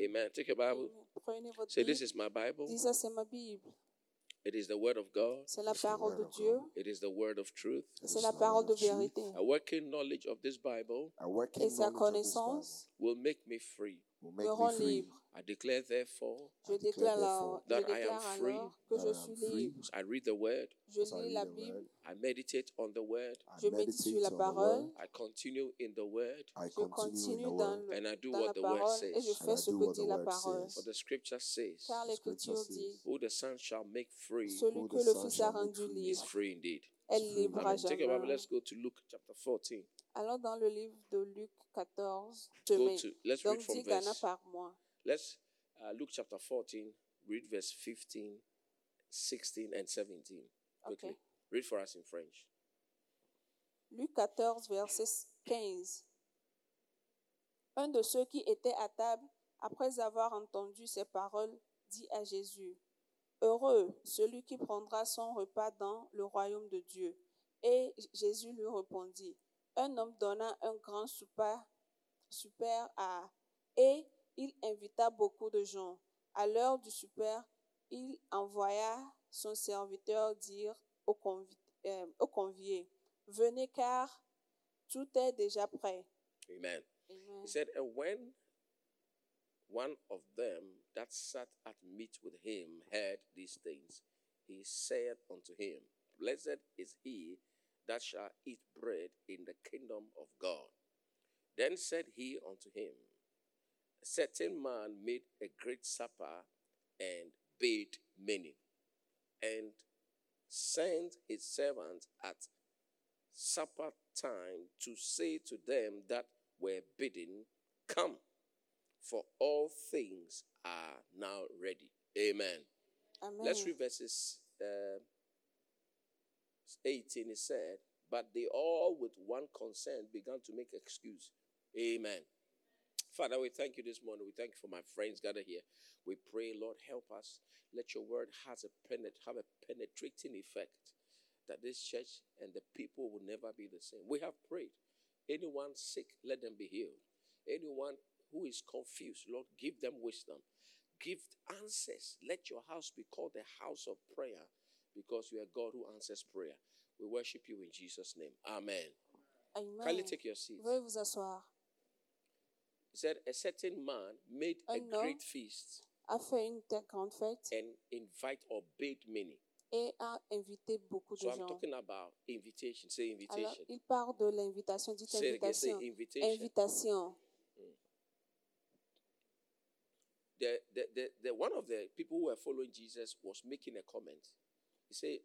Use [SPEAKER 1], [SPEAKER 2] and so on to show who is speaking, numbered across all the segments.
[SPEAKER 1] Amen. Take your Bible.
[SPEAKER 2] Prenez votre
[SPEAKER 1] Say, Um,
[SPEAKER 2] Bible.
[SPEAKER 1] This is my Bible.
[SPEAKER 2] Dites ça, c'est ma Bible.
[SPEAKER 1] It is the Word of God.
[SPEAKER 2] C'est la
[SPEAKER 3] C'est la
[SPEAKER 2] parole de
[SPEAKER 3] parole.
[SPEAKER 2] Dieu.
[SPEAKER 1] It is the Word of truth.
[SPEAKER 2] et C'est la parole de vérité.
[SPEAKER 1] A working knowledge of this Bible
[SPEAKER 3] A working
[SPEAKER 2] Et sa
[SPEAKER 3] knowledge of this
[SPEAKER 2] connaissance
[SPEAKER 1] will make me free.
[SPEAKER 3] Bible will make
[SPEAKER 2] me
[SPEAKER 3] me
[SPEAKER 2] rend
[SPEAKER 3] free.
[SPEAKER 2] libre.
[SPEAKER 1] I declare, therefore,
[SPEAKER 2] Je
[SPEAKER 3] I declare
[SPEAKER 2] déclare,
[SPEAKER 3] therefore
[SPEAKER 2] alors, je
[SPEAKER 1] that I am
[SPEAKER 2] déclare
[SPEAKER 1] free,
[SPEAKER 2] alors que
[SPEAKER 3] that
[SPEAKER 2] je
[SPEAKER 3] I am
[SPEAKER 2] suis
[SPEAKER 3] free.
[SPEAKER 2] libre.
[SPEAKER 1] I read the Word,
[SPEAKER 2] Je
[SPEAKER 3] As I
[SPEAKER 2] lis
[SPEAKER 3] read
[SPEAKER 2] la
[SPEAKER 3] the
[SPEAKER 2] Bible,
[SPEAKER 3] word,
[SPEAKER 1] I meditate on the Word,
[SPEAKER 3] I
[SPEAKER 2] je médite sur
[SPEAKER 3] meditate
[SPEAKER 2] la
[SPEAKER 3] on the
[SPEAKER 2] parole,
[SPEAKER 3] word,
[SPEAKER 1] I continue in the Word,
[SPEAKER 3] I
[SPEAKER 2] je
[SPEAKER 3] continue in
[SPEAKER 2] continue
[SPEAKER 3] the
[SPEAKER 2] dans,
[SPEAKER 3] word.
[SPEAKER 2] le-
[SPEAKER 1] and I do
[SPEAKER 2] dans la
[SPEAKER 1] what the Word
[SPEAKER 2] parole et je
[SPEAKER 1] says.
[SPEAKER 3] And
[SPEAKER 2] fais
[SPEAKER 3] I
[SPEAKER 2] ce
[SPEAKER 3] do
[SPEAKER 2] que
[SPEAKER 3] what the
[SPEAKER 2] dit la
[SPEAKER 3] word
[SPEAKER 2] parole.
[SPEAKER 3] says.
[SPEAKER 1] For the Scripture says,
[SPEAKER 2] Car
[SPEAKER 3] Scripture
[SPEAKER 2] l'Écriture
[SPEAKER 3] says,
[SPEAKER 2] dit,
[SPEAKER 1] Who the Son shall make free
[SPEAKER 2] celui
[SPEAKER 3] who
[SPEAKER 2] que
[SPEAKER 3] the
[SPEAKER 2] le
[SPEAKER 3] Son
[SPEAKER 2] Fils a
[SPEAKER 3] shall make
[SPEAKER 2] rendu
[SPEAKER 3] free
[SPEAKER 1] is
[SPEAKER 2] libre,
[SPEAKER 1] free indeed.
[SPEAKER 2] elle
[SPEAKER 3] free.
[SPEAKER 2] libre
[SPEAKER 1] Amen.
[SPEAKER 2] à
[SPEAKER 1] Take your Bible.
[SPEAKER 2] jamais.
[SPEAKER 1] Let's go to Luke chapter 14.
[SPEAKER 2] Allons dans le livre de Luc 14,
[SPEAKER 1] Go
[SPEAKER 2] demain.
[SPEAKER 1] to, let's read
[SPEAKER 2] Donc
[SPEAKER 1] from
[SPEAKER 2] 10 Ghana
[SPEAKER 1] verse.
[SPEAKER 2] par mois.
[SPEAKER 1] Let's uh, Luke chapter 14, read verse 15, 16, and 17. Quickly.
[SPEAKER 2] Ok.
[SPEAKER 1] Read for us in French.
[SPEAKER 2] Luc 14, verset 15. Un de ceux qui étaient à table, après avoir entendu ces paroles, dit à Jésus, Heureux celui qui prendra son repas dans le royaume de Dieu. Et Jésus lui répondit, Un homme donna un grand souper, super à, et il invita beaucoup de gens. À l'heure du super, il envoya son serviteur dire aux convi- euh, aux conviés, Venez car tout est déjà prêt.
[SPEAKER 1] Amen.
[SPEAKER 2] Amen.
[SPEAKER 1] He said, And when one of them that sat at meat with him heard these things, he said unto him, Blessed is he that shall eat bread in the kingdom of God. Then said he unto him, A certain man made a great supper and bade many, and sent his servants at supper time to say to them that were bidden, Come, for all things are now ready. Amen.
[SPEAKER 2] Amen.
[SPEAKER 1] Let's read verses uh, 18. It said, But they all with one consent began to make excuse. Amen. Father, we thank you this morning. We thank you for my friends gathered here. We pray, Lord, help us. Let your word has a penet- have a penetrating effect that this church and the people will never be the same. We have prayed. Anyone sick, let them be healed. Anyone who is confused, Lord, give them wisdom. Give answers. Let your house be called the house of prayer because you are God who answers prayer. We worship you in Jesus' name. Amen.
[SPEAKER 2] Amen.
[SPEAKER 1] Kindly take your seats.
[SPEAKER 2] Veuillez vous asseoir.
[SPEAKER 1] He said, A certain man made a
[SPEAKER 2] Un homme
[SPEAKER 1] great feast
[SPEAKER 2] A fait une très grande fête
[SPEAKER 1] and invite or bade many.
[SPEAKER 2] et a invité beaucoup de
[SPEAKER 1] So I'm
[SPEAKER 2] gens.
[SPEAKER 1] talking about invitation. Say
[SPEAKER 2] Alors,
[SPEAKER 1] invitation.
[SPEAKER 2] il part de l'invitation. Dites
[SPEAKER 1] Say it again. Say
[SPEAKER 2] invitation.
[SPEAKER 1] invitation.
[SPEAKER 2] Invitation.
[SPEAKER 1] The, the, the, the one of the people who were following Jesus was making a comment. He said,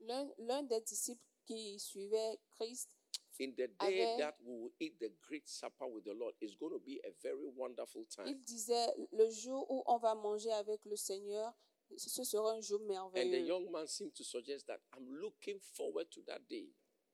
[SPEAKER 2] L'un l'un des disciples qui suivait Christ
[SPEAKER 1] In the day
[SPEAKER 2] Amen.
[SPEAKER 1] that we will eat the great supper with the Lord, it's going to be a very wonderful time.
[SPEAKER 2] Il disait, le jour où on va manger avec le Seigneur, ce sera un jour
[SPEAKER 1] And the
[SPEAKER 2] merveilleux.
[SPEAKER 1] young man seemed to suggest that I'm looking forward to that day,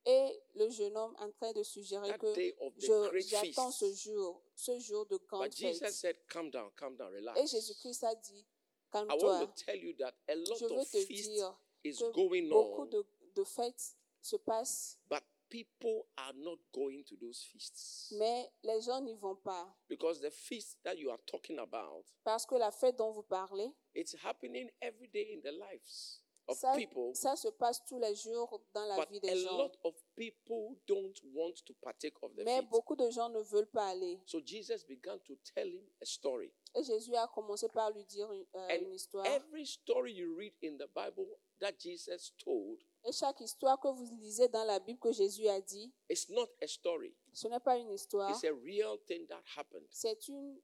[SPEAKER 2] Et le jeune homme en train de suggérer
[SPEAKER 1] that
[SPEAKER 2] que
[SPEAKER 1] day of the
[SPEAKER 2] uh, je-
[SPEAKER 1] great feast.
[SPEAKER 2] j'attends ce jour, ce jour de grande
[SPEAKER 1] But Jesus
[SPEAKER 2] fête.
[SPEAKER 1] said, Calm down, calm down, relax.
[SPEAKER 2] Et Jésus-Christ a dit,
[SPEAKER 1] I
[SPEAKER 2] calme-toi,
[SPEAKER 1] want to tell you that a
[SPEAKER 2] je
[SPEAKER 1] lot
[SPEAKER 2] veux
[SPEAKER 1] of
[SPEAKER 2] te
[SPEAKER 1] feast
[SPEAKER 2] dire
[SPEAKER 1] is
[SPEAKER 2] que
[SPEAKER 1] going
[SPEAKER 2] beaucoup
[SPEAKER 1] on,
[SPEAKER 2] de, de fêtes se passent,
[SPEAKER 1] but people are not going to those feasts
[SPEAKER 2] mais les gens n'y vont pas.
[SPEAKER 1] because the feast that you are talking about,
[SPEAKER 2] Parce que la fête dont vous parlez,
[SPEAKER 1] it's happening every day in the lives of
[SPEAKER 2] ça,
[SPEAKER 1] people.
[SPEAKER 2] ça se passe tous les jours dans la
[SPEAKER 1] But
[SPEAKER 2] vie
[SPEAKER 1] a
[SPEAKER 2] des gens.
[SPEAKER 1] lot of people don't want to partake of the
[SPEAKER 2] Mais
[SPEAKER 1] feast.
[SPEAKER 2] beaucoup de gens ne veulent pas aller.
[SPEAKER 1] So Jesus began to tell him a story.
[SPEAKER 2] Et Jésus a commencé par lui dire une, euh,
[SPEAKER 1] And
[SPEAKER 2] une histoire.
[SPEAKER 1] Every story you read in the Bible that Jesus told,
[SPEAKER 2] Et chaque histoire que vous lisez dans la Bible que Jésus a dit,
[SPEAKER 1] it's not a story.
[SPEAKER 2] ce n'est pas une histoire,
[SPEAKER 1] It's a real thing that happened.
[SPEAKER 2] c'est une,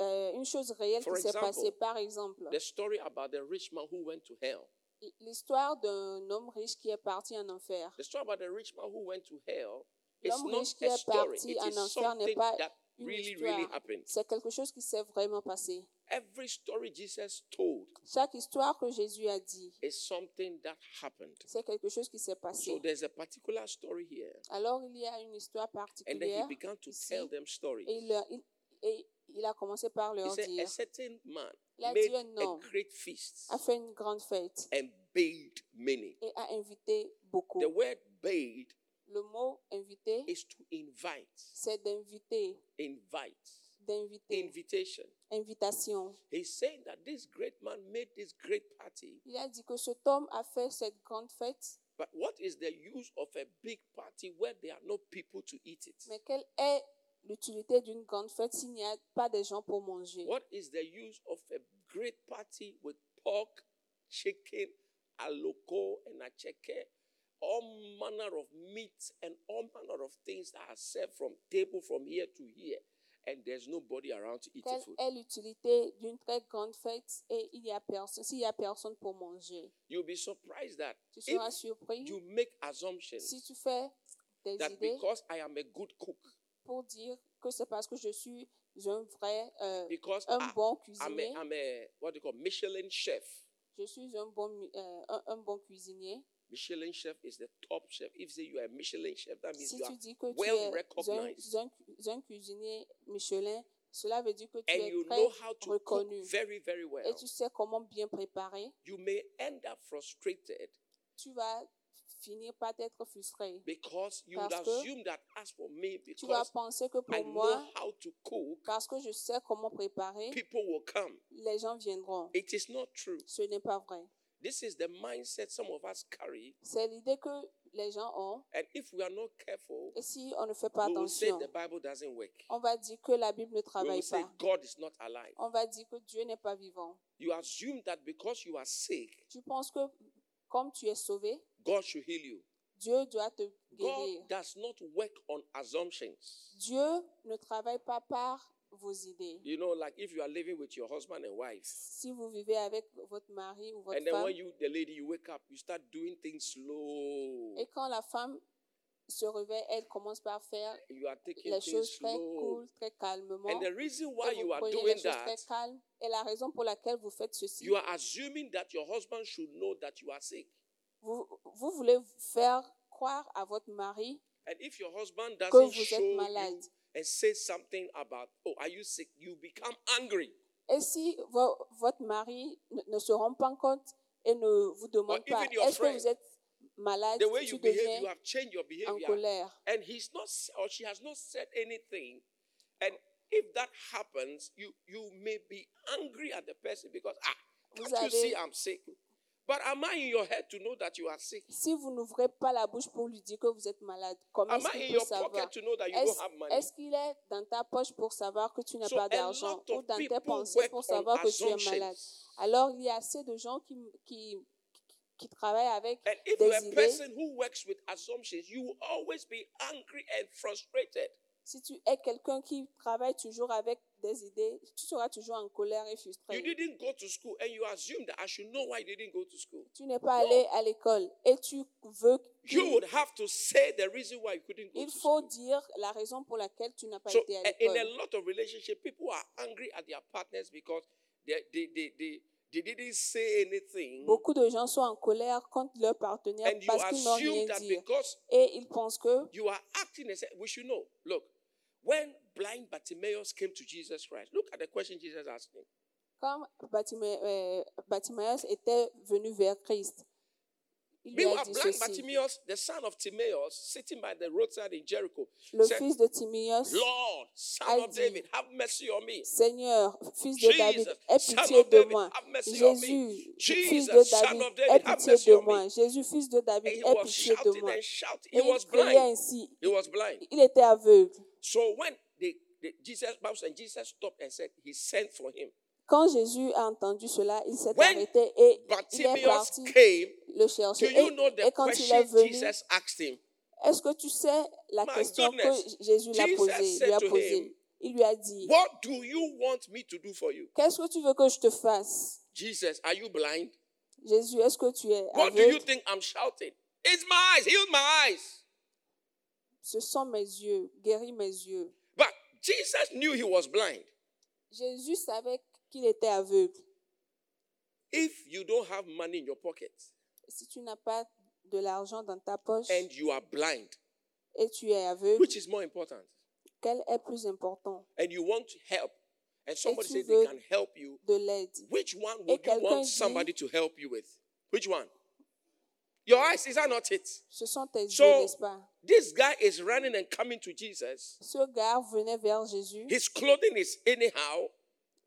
[SPEAKER 2] euh, une chose réelle
[SPEAKER 1] For
[SPEAKER 2] qui s'est
[SPEAKER 1] example,
[SPEAKER 2] passée. Par exemple,
[SPEAKER 1] The story about the rich man who went to hell.
[SPEAKER 2] l'histoire d'un homme riche qui est parti en enfer.
[SPEAKER 1] The story about the rich man who went to hell is
[SPEAKER 2] L'homme
[SPEAKER 1] not
[SPEAKER 2] riche qui
[SPEAKER 1] a
[SPEAKER 2] est
[SPEAKER 1] story.
[SPEAKER 2] parti
[SPEAKER 1] It
[SPEAKER 2] en
[SPEAKER 1] is
[SPEAKER 2] enfer n'est
[SPEAKER 1] something
[SPEAKER 2] pas
[SPEAKER 1] that
[SPEAKER 2] une
[SPEAKER 1] really,
[SPEAKER 2] histoire.
[SPEAKER 1] really happened.
[SPEAKER 2] C'est quelque chose qui s'est vraiment passé.
[SPEAKER 1] Every story Jesus told
[SPEAKER 2] Chaque histoire que Jésus a dit,
[SPEAKER 1] is something that happened.
[SPEAKER 2] c'est quelque chose qui s'est passé.
[SPEAKER 1] So there's a particular story here.
[SPEAKER 2] Alors il y a une histoire
[SPEAKER 1] And then he
[SPEAKER 2] particulière
[SPEAKER 1] began to
[SPEAKER 2] ici,
[SPEAKER 1] tell them stories.
[SPEAKER 2] et il, leur- il- et il a commencé par
[SPEAKER 1] He
[SPEAKER 2] leur
[SPEAKER 1] said, A
[SPEAKER 2] dire,
[SPEAKER 1] certain man
[SPEAKER 2] Il a
[SPEAKER 1] made
[SPEAKER 2] dit un
[SPEAKER 1] a
[SPEAKER 2] homme
[SPEAKER 1] great feast
[SPEAKER 2] a fait une grande fête
[SPEAKER 1] and bade many.
[SPEAKER 2] et a invité beaucoup.
[SPEAKER 1] The word bade
[SPEAKER 2] Le mot inviter,
[SPEAKER 1] is to invite.
[SPEAKER 2] c'est d'inviter,
[SPEAKER 1] Invite.
[SPEAKER 2] d'inviter,
[SPEAKER 1] invitation.
[SPEAKER 2] invitation.
[SPEAKER 1] He's saying that this great man made this great party,
[SPEAKER 2] Il a dit que cet homme a fait cette grande fête,
[SPEAKER 1] but what is the use of a big party where there are no people to eat it?
[SPEAKER 2] mais quelle est l'utilité d'une grande fête s'il n'y a pas de gens pour manger?
[SPEAKER 1] What is the use of a great party with pork, chicken, aloko, and acheke? All manner of meat and all manner of things that are served from table from here to here, and there's nobody around to eat the
[SPEAKER 2] Quelle
[SPEAKER 1] food.
[SPEAKER 2] est l'utilité d'une très grande fête et il y a personne, s'il n'y a personne pour manger?
[SPEAKER 1] You'll be surprised that
[SPEAKER 2] Tu
[SPEAKER 1] if
[SPEAKER 2] seras surpris
[SPEAKER 1] you make assumptions
[SPEAKER 2] si tu fais des
[SPEAKER 1] that
[SPEAKER 2] idées
[SPEAKER 1] because I am a good cook,
[SPEAKER 2] pour dire que c'est parce que je suis un vrai, euh,
[SPEAKER 1] because
[SPEAKER 2] un
[SPEAKER 1] I,
[SPEAKER 2] bon
[SPEAKER 1] I'm a,
[SPEAKER 2] cuisinier.
[SPEAKER 1] I'm a what do you call Michelin chef.
[SPEAKER 2] Je suis un bon, mu- euh, un, un bon cuisinier.
[SPEAKER 1] Michelin chef is the top chef. If you say you are a Michelin chef, that means
[SPEAKER 2] Si
[SPEAKER 1] you are
[SPEAKER 2] tu dis que
[SPEAKER 1] well
[SPEAKER 2] tu es
[SPEAKER 1] recognized.
[SPEAKER 2] un, un cu- un cuisinier Michelin, cela veut dire que tu
[SPEAKER 1] and
[SPEAKER 2] es
[SPEAKER 1] you
[SPEAKER 2] très
[SPEAKER 1] know how to cook
[SPEAKER 2] reconnu
[SPEAKER 1] very, very well.
[SPEAKER 2] et tu sais comment bien préparer.
[SPEAKER 1] You may end up frustrated
[SPEAKER 2] Tu vas finir par être frustré.
[SPEAKER 1] because you would
[SPEAKER 2] Parce que
[SPEAKER 1] assume that as for me,
[SPEAKER 2] Tu vas
[SPEAKER 1] because
[SPEAKER 2] penser que
[SPEAKER 1] I
[SPEAKER 2] pour
[SPEAKER 1] know
[SPEAKER 2] moi,
[SPEAKER 1] how to cook,
[SPEAKER 2] parce que je sais comment préparer,
[SPEAKER 1] people will come.
[SPEAKER 2] les gens viendront.
[SPEAKER 1] It is not true.
[SPEAKER 2] Ce n'est pas vrai.
[SPEAKER 1] This is the mindset some of us carry,
[SPEAKER 2] C'est l'idée que les gens ont.
[SPEAKER 1] and if we are not careful,
[SPEAKER 2] Et si on ne fait pas
[SPEAKER 1] we will say
[SPEAKER 2] attention,
[SPEAKER 1] the Bible doesn't work.
[SPEAKER 2] on va dire que la Bible ne
[SPEAKER 1] We will
[SPEAKER 2] travaille
[SPEAKER 1] say
[SPEAKER 2] pas.
[SPEAKER 1] God is not alive.
[SPEAKER 2] On va dire que Dieu n'est pas vivant.
[SPEAKER 1] You assume that because you are sick,
[SPEAKER 2] Tu penses que comme tu es sauvé,
[SPEAKER 1] God should heal you.
[SPEAKER 2] Dieu doit te
[SPEAKER 1] God
[SPEAKER 2] guérir.
[SPEAKER 1] does not work on assumptions.
[SPEAKER 2] Dieu ne travaille pas par vos idées.
[SPEAKER 1] You know, like if you are living with your husband and wife,
[SPEAKER 2] Si vous vivez avec votre mari ou votre
[SPEAKER 1] and then
[SPEAKER 2] femme,
[SPEAKER 1] when you, the lady, you wake up, you start doing things slow.
[SPEAKER 2] et quand la femme se réveille, elle commence par faire
[SPEAKER 1] You are taking
[SPEAKER 2] les
[SPEAKER 1] things
[SPEAKER 2] choses très
[SPEAKER 1] slow.
[SPEAKER 2] cool, très calmement.
[SPEAKER 1] And the reason why
[SPEAKER 2] et vous
[SPEAKER 1] you are
[SPEAKER 2] prenez
[SPEAKER 1] doing
[SPEAKER 2] les choses
[SPEAKER 1] that,
[SPEAKER 2] très calmes. Et la raison pour laquelle vous faites ceci,
[SPEAKER 1] you are assuming that your husband should know that you are sick.
[SPEAKER 2] vous, vous voulez faire croire à votre mari
[SPEAKER 1] And if your husband
[SPEAKER 2] que
[SPEAKER 1] doesn't
[SPEAKER 2] vous
[SPEAKER 1] show
[SPEAKER 2] êtes
[SPEAKER 1] you
[SPEAKER 2] malade.
[SPEAKER 1] and say something about, oh, are you sick? You become angry.
[SPEAKER 2] Et si vo- votre mari ne, ne se rend pas compte et ne vous demande
[SPEAKER 1] Or
[SPEAKER 2] pas,
[SPEAKER 1] even your
[SPEAKER 2] est-ce que
[SPEAKER 1] friend.
[SPEAKER 2] vous êtes malade,
[SPEAKER 1] The way you
[SPEAKER 2] tu
[SPEAKER 1] behave, you
[SPEAKER 2] deviens
[SPEAKER 1] have changed your
[SPEAKER 2] en
[SPEAKER 1] behavior.
[SPEAKER 2] colère.
[SPEAKER 1] and he's not s- or she has not said anything and if that happens you you may be angry at the person because ah
[SPEAKER 2] Vous
[SPEAKER 1] can't you see
[SPEAKER 2] avez-
[SPEAKER 1] i'm sick but am i in your head to know that you are sick
[SPEAKER 2] Si vous n'ouvrez pas la bouche pour lui dire que vous êtes malade, comment
[SPEAKER 1] am i
[SPEAKER 2] est-ce
[SPEAKER 1] in
[SPEAKER 2] qu'il
[SPEAKER 1] your
[SPEAKER 2] peut savoir
[SPEAKER 1] pocket to know that you
[SPEAKER 2] Est-ce
[SPEAKER 1] don't have money
[SPEAKER 2] est-ce qu'il est dans ta poche pour savoir que tu n'as
[SPEAKER 1] so
[SPEAKER 2] pas
[SPEAKER 1] a
[SPEAKER 2] d'argent
[SPEAKER 1] lot
[SPEAKER 2] ou
[SPEAKER 1] of
[SPEAKER 2] dans tes
[SPEAKER 1] people
[SPEAKER 2] pensées
[SPEAKER 1] work
[SPEAKER 2] pour
[SPEAKER 1] on
[SPEAKER 2] savoir que tu es malade
[SPEAKER 1] assumptions
[SPEAKER 2] Alors, il y a assez de gens qui, qui, qui travaillent avec
[SPEAKER 1] and if
[SPEAKER 2] des
[SPEAKER 1] you're a
[SPEAKER 2] idées.
[SPEAKER 1] person who works with assumptions you will always be angry and frustrated
[SPEAKER 2] Si tu es quelqu'un qui travaille toujours avec des idées, tu seras toujours en colère et frustré.
[SPEAKER 1] you didn't go to school and you assume that i should know why you didn't go to school
[SPEAKER 2] Tu n'es pas allé à l'école et tu veux.
[SPEAKER 1] you would have to say the reason why you couldn't go
[SPEAKER 2] Il
[SPEAKER 1] to
[SPEAKER 2] faut
[SPEAKER 1] school
[SPEAKER 2] dire la raison pour laquelle tu n'as pas
[SPEAKER 1] So
[SPEAKER 2] été à
[SPEAKER 1] a- in a
[SPEAKER 2] l'école.
[SPEAKER 1] lot of relationships, people are angry at their partners because they they they, they, they didn't say anything,
[SPEAKER 2] Beaucoup de gens sont en colère contre leur partenaire
[SPEAKER 1] and you
[SPEAKER 2] parce qu'ils n'ont
[SPEAKER 1] assume
[SPEAKER 2] rien
[SPEAKER 1] that
[SPEAKER 2] dit.
[SPEAKER 1] because
[SPEAKER 2] Et ils pensent que
[SPEAKER 1] you are acting as we should know. Look, when blind Bartimaeus came to Jesus Christ, look at the question Jesus asked him.
[SPEAKER 2] comme Bartimé- euh, Bartimaeus était venu vers Christ, il lui a
[SPEAKER 1] Meanwhile,
[SPEAKER 2] dit
[SPEAKER 1] blind
[SPEAKER 2] ceci.
[SPEAKER 1] Bartimaeus, the son of Timaeus, sitting by the roadside in Jericho,
[SPEAKER 2] Le
[SPEAKER 1] said,
[SPEAKER 2] fils de Timéos,
[SPEAKER 1] "Lord, son
[SPEAKER 2] a
[SPEAKER 1] of
[SPEAKER 2] dit,
[SPEAKER 1] David, have mercy on me."
[SPEAKER 2] Seigneur, fils de David,
[SPEAKER 1] Jesus,
[SPEAKER 2] aie
[SPEAKER 1] son
[SPEAKER 2] pitié
[SPEAKER 1] of
[SPEAKER 2] de
[SPEAKER 1] David,
[SPEAKER 2] moi.
[SPEAKER 1] have mercy on me.
[SPEAKER 2] Jésus, fils
[SPEAKER 1] Jesus,
[SPEAKER 2] de
[SPEAKER 1] son
[SPEAKER 2] David,
[SPEAKER 1] of
[SPEAKER 2] aie
[SPEAKER 1] David, have
[SPEAKER 2] pitié
[SPEAKER 1] mercy
[SPEAKER 2] de
[SPEAKER 1] on me.
[SPEAKER 2] moi. Jésus, fils de David,
[SPEAKER 1] And he
[SPEAKER 2] aie
[SPEAKER 1] was
[SPEAKER 2] pitié de
[SPEAKER 1] shouting
[SPEAKER 2] moi.
[SPEAKER 1] and shouting.
[SPEAKER 2] Et
[SPEAKER 1] He
[SPEAKER 2] il
[SPEAKER 1] was
[SPEAKER 2] criait
[SPEAKER 1] blind.
[SPEAKER 2] ainsi.
[SPEAKER 1] He was blind.
[SPEAKER 2] Il était aveugle.
[SPEAKER 1] So when the, the Jesus Bible and Jesus stopped and said he sent for him.
[SPEAKER 2] Quand Jésus a entendu cela, il s'est
[SPEAKER 1] When
[SPEAKER 2] arrêté et il est
[SPEAKER 1] Bartimaeus
[SPEAKER 2] parti
[SPEAKER 1] came.
[SPEAKER 2] le
[SPEAKER 1] Do
[SPEAKER 2] chercher.
[SPEAKER 1] you know
[SPEAKER 2] Et,
[SPEAKER 1] the
[SPEAKER 2] et quand il est
[SPEAKER 1] question
[SPEAKER 2] venu,
[SPEAKER 1] Jesus asked him?
[SPEAKER 2] est-ce que tu sais la
[SPEAKER 1] My
[SPEAKER 2] question
[SPEAKER 1] goodness.
[SPEAKER 2] que Jésus l'a
[SPEAKER 1] Jesus
[SPEAKER 2] posée,
[SPEAKER 1] said
[SPEAKER 2] lui a
[SPEAKER 1] to him,
[SPEAKER 2] posée Il lui a dit,
[SPEAKER 1] What do you want me to do for you?
[SPEAKER 2] qu'est-ce que tu veux que je te fasse
[SPEAKER 1] Jesus, are you blind?
[SPEAKER 2] Jésus, est-ce que tu es
[SPEAKER 1] What do you
[SPEAKER 2] aveugle
[SPEAKER 1] think I'm shouting? It's my eyes, heal my eyes.
[SPEAKER 2] Ce sont mes yeux, guéris mes yeux.
[SPEAKER 1] But Jesus knew he was blind.
[SPEAKER 2] Jésus savait qu'il était aveugle.
[SPEAKER 1] If you don't have money in your pocket
[SPEAKER 2] Si tu n'as pas de l'argent dans ta poche
[SPEAKER 1] and you are blind,
[SPEAKER 2] et tu es aveugle,
[SPEAKER 1] which is more important?
[SPEAKER 2] quel est plus important
[SPEAKER 1] and you want help, and somebody
[SPEAKER 2] tu
[SPEAKER 1] says
[SPEAKER 2] veux-
[SPEAKER 1] they can help you,
[SPEAKER 2] De l'aide.
[SPEAKER 1] which one would you
[SPEAKER 2] quelqu'un
[SPEAKER 1] want
[SPEAKER 2] dit-
[SPEAKER 1] somebody to help you with? Which one? Your eyes, is that not it?
[SPEAKER 2] Ce sont tes
[SPEAKER 1] So-
[SPEAKER 2] yeux, n'est-ce pas?
[SPEAKER 1] This guy is running and coming to Jesus.
[SPEAKER 2] Ce gars venait vers Jésus.
[SPEAKER 1] His clothing is anyhow,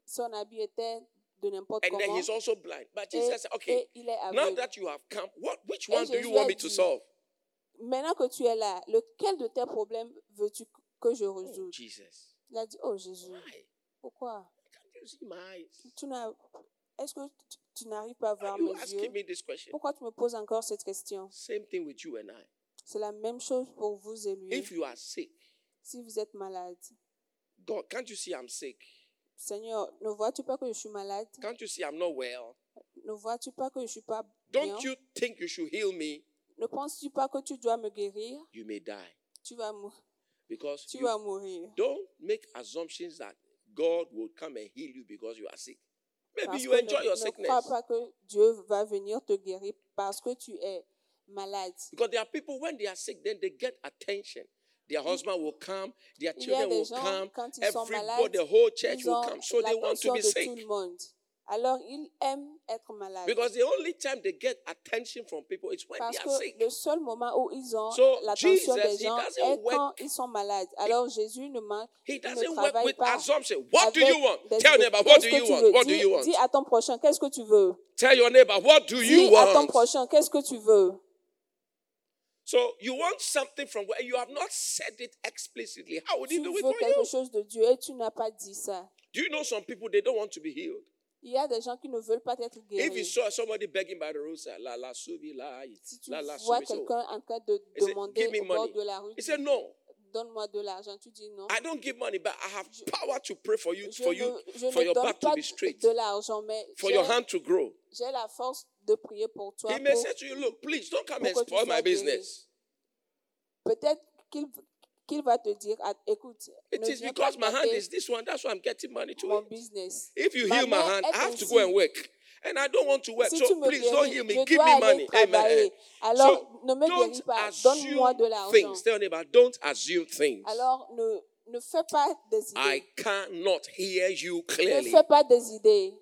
[SPEAKER 2] Son habit était de n'importe
[SPEAKER 1] and then
[SPEAKER 2] comment.
[SPEAKER 1] he's also blind. But
[SPEAKER 2] Et,
[SPEAKER 1] Jesus said, Okay,
[SPEAKER 2] et il est
[SPEAKER 1] now
[SPEAKER 2] aveugle.
[SPEAKER 1] that you have come, what which
[SPEAKER 2] Et
[SPEAKER 1] one do you
[SPEAKER 2] Jésus
[SPEAKER 1] want
[SPEAKER 2] a
[SPEAKER 1] me to
[SPEAKER 2] dit,
[SPEAKER 1] solve?
[SPEAKER 2] Maintenant que tu es là, lequel de tes problèmes veux-tu que je
[SPEAKER 1] Oh,
[SPEAKER 2] résolve?
[SPEAKER 1] Jesus.
[SPEAKER 2] Il a dit, oh
[SPEAKER 1] Why?
[SPEAKER 2] Jésus,
[SPEAKER 1] Can't
[SPEAKER 2] pourquoi?
[SPEAKER 1] you see my eyes?
[SPEAKER 2] Tu n'as, est-ce que tu, tu n'arrives pas à
[SPEAKER 1] Why
[SPEAKER 2] voir
[SPEAKER 1] you
[SPEAKER 2] mes
[SPEAKER 1] asking
[SPEAKER 2] yeux?
[SPEAKER 1] me this question?
[SPEAKER 2] Pourquoi tu me poses encore cette question?
[SPEAKER 1] Same thing with you and I.
[SPEAKER 2] C'est la même chose pour vous et lui.
[SPEAKER 1] If you are sick,
[SPEAKER 2] Si vous êtes malade,
[SPEAKER 1] God, can't you see I'm sick?
[SPEAKER 2] Seigneur, ne vois-tu pas que je suis malade?
[SPEAKER 1] Can't you see I'm not well?
[SPEAKER 2] Ne vois-tu pas que je suis pas bien?
[SPEAKER 1] Don't you think you should heal me?
[SPEAKER 2] Ne penses-tu pas que tu dois me guérir?
[SPEAKER 1] You may die
[SPEAKER 2] Tu vas, mou-
[SPEAKER 1] because
[SPEAKER 2] tu
[SPEAKER 1] you
[SPEAKER 2] vas mourir.
[SPEAKER 1] don't make assumptions that God will come and heal you because you are sick. Maybe
[SPEAKER 2] Parce
[SPEAKER 1] you
[SPEAKER 2] que
[SPEAKER 1] enjoy
[SPEAKER 2] ne,
[SPEAKER 1] your
[SPEAKER 2] ne crois
[SPEAKER 1] sickness.
[SPEAKER 2] pas que Dieu va venir te guérir parce que tu es malade.
[SPEAKER 1] Because there are people when they are sick, then they get attention. Their husband will come, their
[SPEAKER 2] Il y a
[SPEAKER 1] children
[SPEAKER 2] des
[SPEAKER 1] will
[SPEAKER 2] gens,
[SPEAKER 1] come,
[SPEAKER 2] quand ils sont
[SPEAKER 1] everybody,
[SPEAKER 2] malades,
[SPEAKER 1] the whole church
[SPEAKER 2] ils
[SPEAKER 1] will
[SPEAKER 2] ont
[SPEAKER 1] come. So they want to
[SPEAKER 2] l'attention
[SPEAKER 1] be
[SPEAKER 2] de tout
[SPEAKER 1] sick.
[SPEAKER 2] le monde. Alors, ils aiment être malades.
[SPEAKER 1] Because the only time they get attention from people is when
[SPEAKER 2] Parce
[SPEAKER 1] they are
[SPEAKER 2] que
[SPEAKER 1] sick.
[SPEAKER 2] le seul moment où ils ont
[SPEAKER 1] So,
[SPEAKER 2] l'attention
[SPEAKER 1] Jesus,
[SPEAKER 2] des
[SPEAKER 1] he
[SPEAKER 2] gens
[SPEAKER 1] doesn't
[SPEAKER 2] est
[SPEAKER 1] work-
[SPEAKER 2] quand ils sont malades. Alors Jésus ne manque,
[SPEAKER 1] He
[SPEAKER 2] il
[SPEAKER 1] doesn't
[SPEAKER 2] ne
[SPEAKER 1] work
[SPEAKER 2] travaille
[SPEAKER 1] with
[SPEAKER 2] pas.
[SPEAKER 1] assumption. What do
[SPEAKER 2] avec
[SPEAKER 1] you want?
[SPEAKER 2] des
[SPEAKER 1] Tell
[SPEAKER 2] idées.
[SPEAKER 1] neighbor, what do
[SPEAKER 2] Qu'est-ce que
[SPEAKER 1] you
[SPEAKER 2] tu
[SPEAKER 1] want?
[SPEAKER 2] veux?
[SPEAKER 1] What do
[SPEAKER 2] Dis-
[SPEAKER 1] you want?
[SPEAKER 2] Dis à ton prochain, qu'est-ce que tu veux?
[SPEAKER 1] Tell your neighbor, what do you
[SPEAKER 2] Dis à ton
[SPEAKER 1] want?
[SPEAKER 2] prochain, qu'est-ce que tu veux?
[SPEAKER 1] So you want something from where you have not said it explicitly. How would he
[SPEAKER 2] Tu
[SPEAKER 1] do it for
[SPEAKER 2] veux
[SPEAKER 1] you?
[SPEAKER 2] quelque chose de Dieu et tu n'as pas dit ça.
[SPEAKER 1] Do you know some people they don't want to be healed?
[SPEAKER 2] Il y a des gens qui ne veulent pas être
[SPEAKER 1] If you
[SPEAKER 2] guéris.
[SPEAKER 1] saw somebody begging by the roadside, la la subi la,
[SPEAKER 2] Si tu
[SPEAKER 1] la la
[SPEAKER 2] vois
[SPEAKER 1] subi, so-
[SPEAKER 2] quelqu'un en train de
[SPEAKER 1] He said,
[SPEAKER 2] demander
[SPEAKER 1] "Give me
[SPEAKER 2] au bord
[SPEAKER 1] money."
[SPEAKER 2] de la rue,
[SPEAKER 1] he said, "No,
[SPEAKER 2] donne-moi de l'argent, tu dis non.
[SPEAKER 1] I don't give money, but I have
[SPEAKER 2] Je-
[SPEAKER 1] power to pray for you,
[SPEAKER 2] Je
[SPEAKER 1] for you,
[SPEAKER 2] ne, je
[SPEAKER 1] for
[SPEAKER 2] ne
[SPEAKER 1] your
[SPEAKER 2] donne
[SPEAKER 1] back to
[SPEAKER 2] pas
[SPEAKER 1] be straight,
[SPEAKER 2] de l'argent, mais
[SPEAKER 1] for
[SPEAKER 2] j'ai-
[SPEAKER 1] your hand to grow."
[SPEAKER 2] j'ai la force de prier pour toi.
[SPEAKER 1] He may
[SPEAKER 2] pour-
[SPEAKER 1] say to you, "Look, please don't come and
[SPEAKER 2] pourquoi tu
[SPEAKER 1] spoil my
[SPEAKER 2] sois guéri.
[SPEAKER 1] business."
[SPEAKER 2] Peut-être qu'il qu'il va te dire, Ah, écoute,
[SPEAKER 1] It
[SPEAKER 2] ne
[SPEAKER 1] is
[SPEAKER 2] viens pas
[SPEAKER 1] because my hand
[SPEAKER 2] taper
[SPEAKER 1] is this one. That's why I'm getting money to
[SPEAKER 2] mon
[SPEAKER 1] it.
[SPEAKER 2] business.
[SPEAKER 1] If you
[SPEAKER 2] Ma
[SPEAKER 1] heal my
[SPEAKER 2] main
[SPEAKER 1] hand,
[SPEAKER 2] est
[SPEAKER 1] I have to
[SPEAKER 2] ainsi.
[SPEAKER 1] go and work. And I don't want to work.
[SPEAKER 2] Si tu
[SPEAKER 1] so
[SPEAKER 2] me
[SPEAKER 1] please don't heal
[SPEAKER 2] guéris,
[SPEAKER 1] me.
[SPEAKER 2] je
[SPEAKER 1] Give
[SPEAKER 2] dois
[SPEAKER 1] me
[SPEAKER 2] aller
[SPEAKER 1] money. Amen.
[SPEAKER 2] travailler. Alors, ne me guéris
[SPEAKER 1] Don't
[SPEAKER 2] pas, donne-moi de
[SPEAKER 1] assume
[SPEAKER 2] l'argent.
[SPEAKER 1] things. Tell neighbor, don't assume things.
[SPEAKER 2] Alors, ne, ne fais pas des
[SPEAKER 1] I
[SPEAKER 2] idées.
[SPEAKER 1] cannot hear you
[SPEAKER 2] Ne
[SPEAKER 1] clearly.
[SPEAKER 2] fais pas des idées.